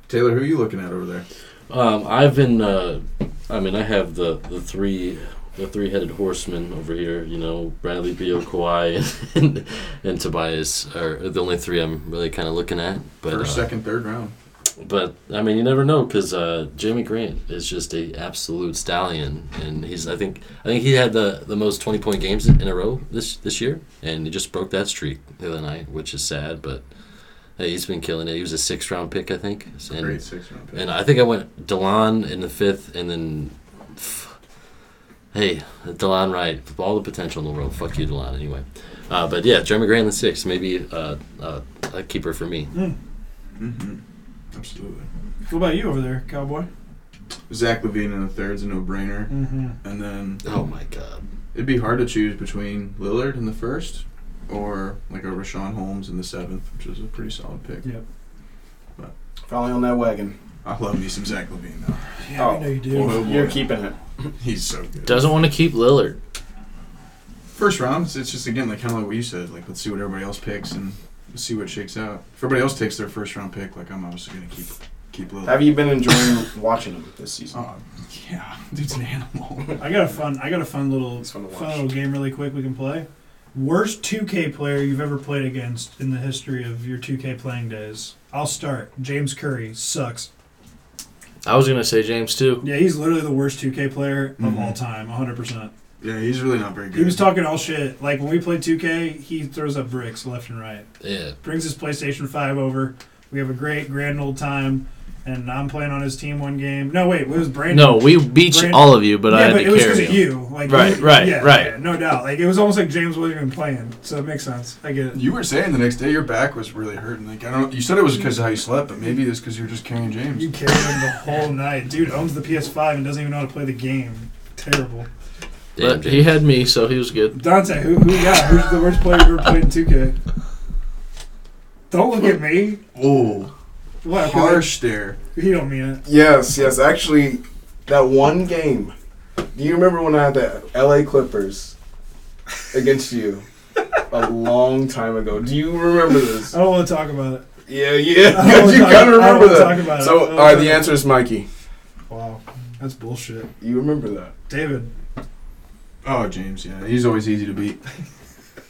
S2: Taylor, who are you looking at over there?
S6: Um, I've been. Uh, I mean, I have the the three. The three-headed horsemen over here, you know, Bradley Beal, Kawhi, and, and, Tobias are the only three I'm really kind of looking at. But
S2: First,
S6: uh,
S2: second, third round.
S6: But I mean, you never know because uh, Jamie Grant is just a absolute stallion, and he's I think I think he had the, the most twenty point games in a row this this year, and he just broke that streak the other night, which is sad. But hey, he's been killing it. He was a six round pick, I think. And,
S2: Great six round pick.
S6: and I think I went Delon in the fifth, and then f- hey, Delon Wright, all the potential in the world. Fuck you, Delon. Anyway, uh, but yeah, Jeremy Grant in the sixth, maybe uh, uh, a keeper for me.
S2: hmm Absolutely.
S4: What about you over there, cowboy?
S2: Zach Levine in the third's a no brainer,
S4: Mm-hmm.
S2: and then
S6: Oh my god.
S2: it'd be hard to choose between Lillard in the first or like a Rashawn Holmes in the seventh, which is a pretty solid pick.
S4: Yep.
S5: Finally on that wagon.
S2: I love me some Zach Levine though.
S4: Yeah,
S5: Oh,
S4: we know you do.
S2: boy, oh boy.
S5: You're keeping it.
S2: He's so good.
S3: Doesn't want to keep Lillard.
S2: First round, it's just again like kind of like what you said. Like let's see what everybody else picks and see what shakes out. If everybody else takes their first round pick, like I'm obviously gonna keep keep Lillard.
S5: Have you been enjoying watching him this season?
S2: Oh yeah, dude's an animal.
S4: I got a fun. I got a fun little
S5: It's fun
S4: fun,
S5: to watch.
S4: little game really quick we can play. Worst 2K player you've ever played against in the history of your 2K playing days. I'll start. James Curry sucks.
S3: I was gonna say James too.
S4: Yeah, he's literally the worst 2K player of
S2: Mhm.
S4: all time, 100%.
S2: yeah, he's really not very good.
S4: He was talking all shit. Like when we played 2K, he throws up bricks left and right.
S6: Yeah.
S4: Brings his PlayStation 5 over. We have a great, grand old time. And I'm playing on his team one game. No, wait, it was Brandon.
S3: No, we beat
S4: Brand-
S3: all of you, but
S4: yeah,
S3: I had
S4: but
S3: to
S4: it was
S3: carry
S4: of
S3: him.
S4: you. Like,
S3: Right,
S4: it was-
S3: right,
S4: yeah,
S3: right.
S4: yeah, no doubt. Like it was almost like James wasn't even playing, so it makes sense. I get it.
S2: You were saying the next day your back was really hurting. Like I don't. You said it was because of how you slept, but maybe it's because you were just carrying James.
S4: You carried him the whole night. Dude owns the PS5 and doesn't even know how to play the game. Terrible.
S6: Damn,
S3: But he had me, so he was good.
S4: Dante, who who yeah, who's the worst player you ever played in 2K? Don't look at me.
S2: Oh,
S4: What? 'Cause I-
S2: harsh there.
S4: He don't mean it.
S5: Yes, yes. Actually, that one game. Do you remember when I had the L.A. Clippers against you a long time ago? Do you remember this?
S4: I don't want to talk about it.
S5: Yeah, yeah.
S4: I don't wanna
S5: you
S4: talk-
S5: gotta
S4: I don't
S5: remember
S4: wanna
S5: that.
S4: talk about it. I
S5: so,
S4: don't
S5: all
S4: wanna
S5: right,
S4: talk
S5: the
S4: about
S5: answer is Mikey.
S4: Wow, that's bullshit.
S5: You remember that?
S4: David,
S2: Oh, James. Yeah, he's always easy to beat.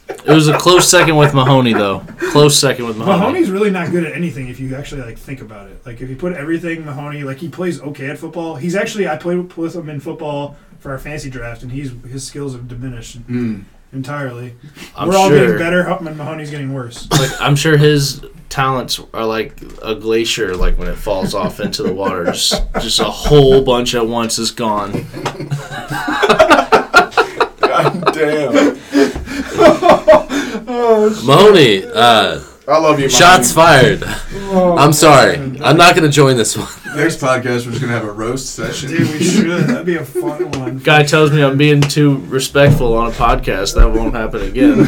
S3: It was a close second with Mahoney, though. Close second with Mahoney.
S4: Mahoney's really not good at anything if you actually like think about it. Like if you put everything Mahoney, like he plays okay at football. He's actually I played with him in football for our fantasy draft, and he's his skills have diminished
S2: Mm.
S4: entirely.
S3: I'm
S4: We're all getting
S3: sure.
S4: better, and Mahoney's getting worse.
S3: Like I'm sure his talents are like a glacier, like when it falls off into the waters, just a whole bunch at once is gone.
S5: God damn.
S6: Mahoney, uh,
S5: I love you, Mikey.
S6: shots fired. I'm sorry. I'm not going to join this one.
S2: Next podcast, we're just gonna have a roast session.
S4: Dude, we should. That'd be a fun one.
S3: Guy tells me I'm being too respectful on a podcast. That won't happen again.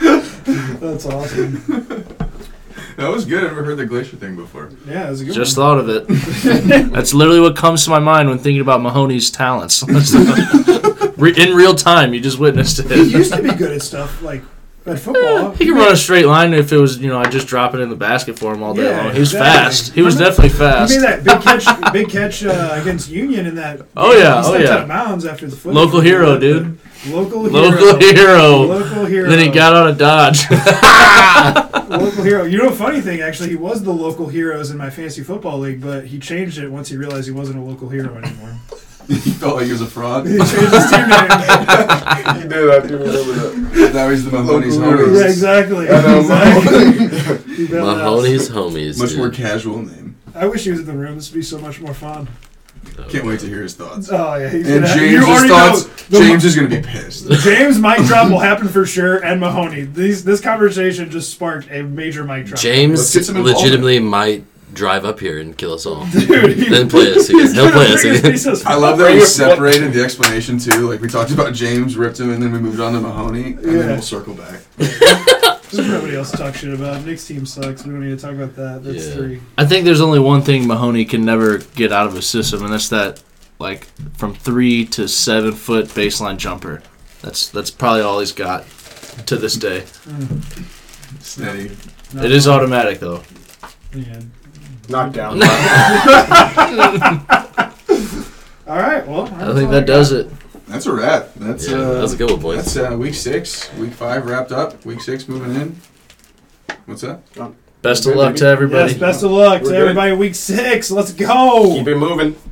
S4: That's awesome.
S2: that was good. I never heard the glacier thing before.
S4: Yeah, it was a good
S3: Just
S4: one.
S3: thought of it. That's literally what comes to my mind when thinking about Mahoney's talents. Re- In real time, you just witnessed
S4: he
S3: it. Eh,
S4: used to be good at stuff like at football.
S3: He could run a straight line if it was, you know, I just drop it in the basket for him all day
S4: Yeah,
S3: long. He was
S4: exactly.
S3: fast. He was
S4: Remember-
S3: definitely
S4: He
S3: fast.
S4: made that big catch, big catch uh, against Union in that.
S3: Oh, yeah,
S4: he
S3: oh,
S4: stepped
S3: yeah.
S4: out of bounds after the footage.
S3: Local hero, dude.
S4: Local hero.
S3: Local hero.
S4: Local hero.
S3: Then he got on a Dodge.
S4: local hero. You know, a funny thing actually, he was the local heroes in my fantasy football league, but he changed it once he realized he wasn't a local hero anymore.
S2: he felt like he was a fraud.
S4: He changed his team name.
S5: You did. I do remember that.
S2: now he's the Mahoney's
S5: Mahoney.
S4: yeah,
S2: homies.
S4: exactly.
S5: I know,
S4: exactly. He bailed out.
S6: Mahoney's homies.
S2: Much
S6: dude.
S2: more casual name.
S4: I wish he was in the room. This would be so much more fun.
S2: Can't wait to hear his thoughts.
S4: Oh yeah, he's
S2: And
S4: gonna- you
S2: James's
S4: already
S2: thoughts.
S4: know- the-
S2: James is gonna be pissed.
S4: James mic drop will happen for sure, and Mahoney. These this conversation just sparked a major mic drop.
S2: Let's
S6: James
S2: get some involvement.
S6: legitimately might drive up here and kill us all.
S4: dude, he-
S6: Then play us again.
S4: he's
S6: He'll
S4: gonna
S6: play us
S4: bring his
S6: again.
S4: piece of-
S2: I love that we separated the explanation too. Like we talked about James ripped him, and then we moved on to Mahoney, and
S4: Yeah.
S2: then we'll circle back.
S4: There's nobody else to talk shit about. Nick's team sucks. We don't need to talk about that. That's
S6: Yeah.
S4: three.
S3: I think there's only one thing Mahoney can never get out of his system, and that's that like from three to seven foot baseline jumper. That's that's probably all he's got to this day.
S2: Steady.
S4: No,
S3: It is automatic though.
S4: Yeah.
S5: Knockdown.
S4: All right. Well,
S3: I think that does it.
S2: That's a wrap. That's
S6: Yeah,
S2: uh,
S6: that was a good one,
S2: That's
S6: boys.
S2: uh, week six, week five wrapped up. Week six moving in. What's that?
S3: Best of luck to everybody.
S4: Yes, best of luck
S5: We're
S4: to
S5: good.
S4: everybody. in Week six. Let's go.
S5: Keep it moving.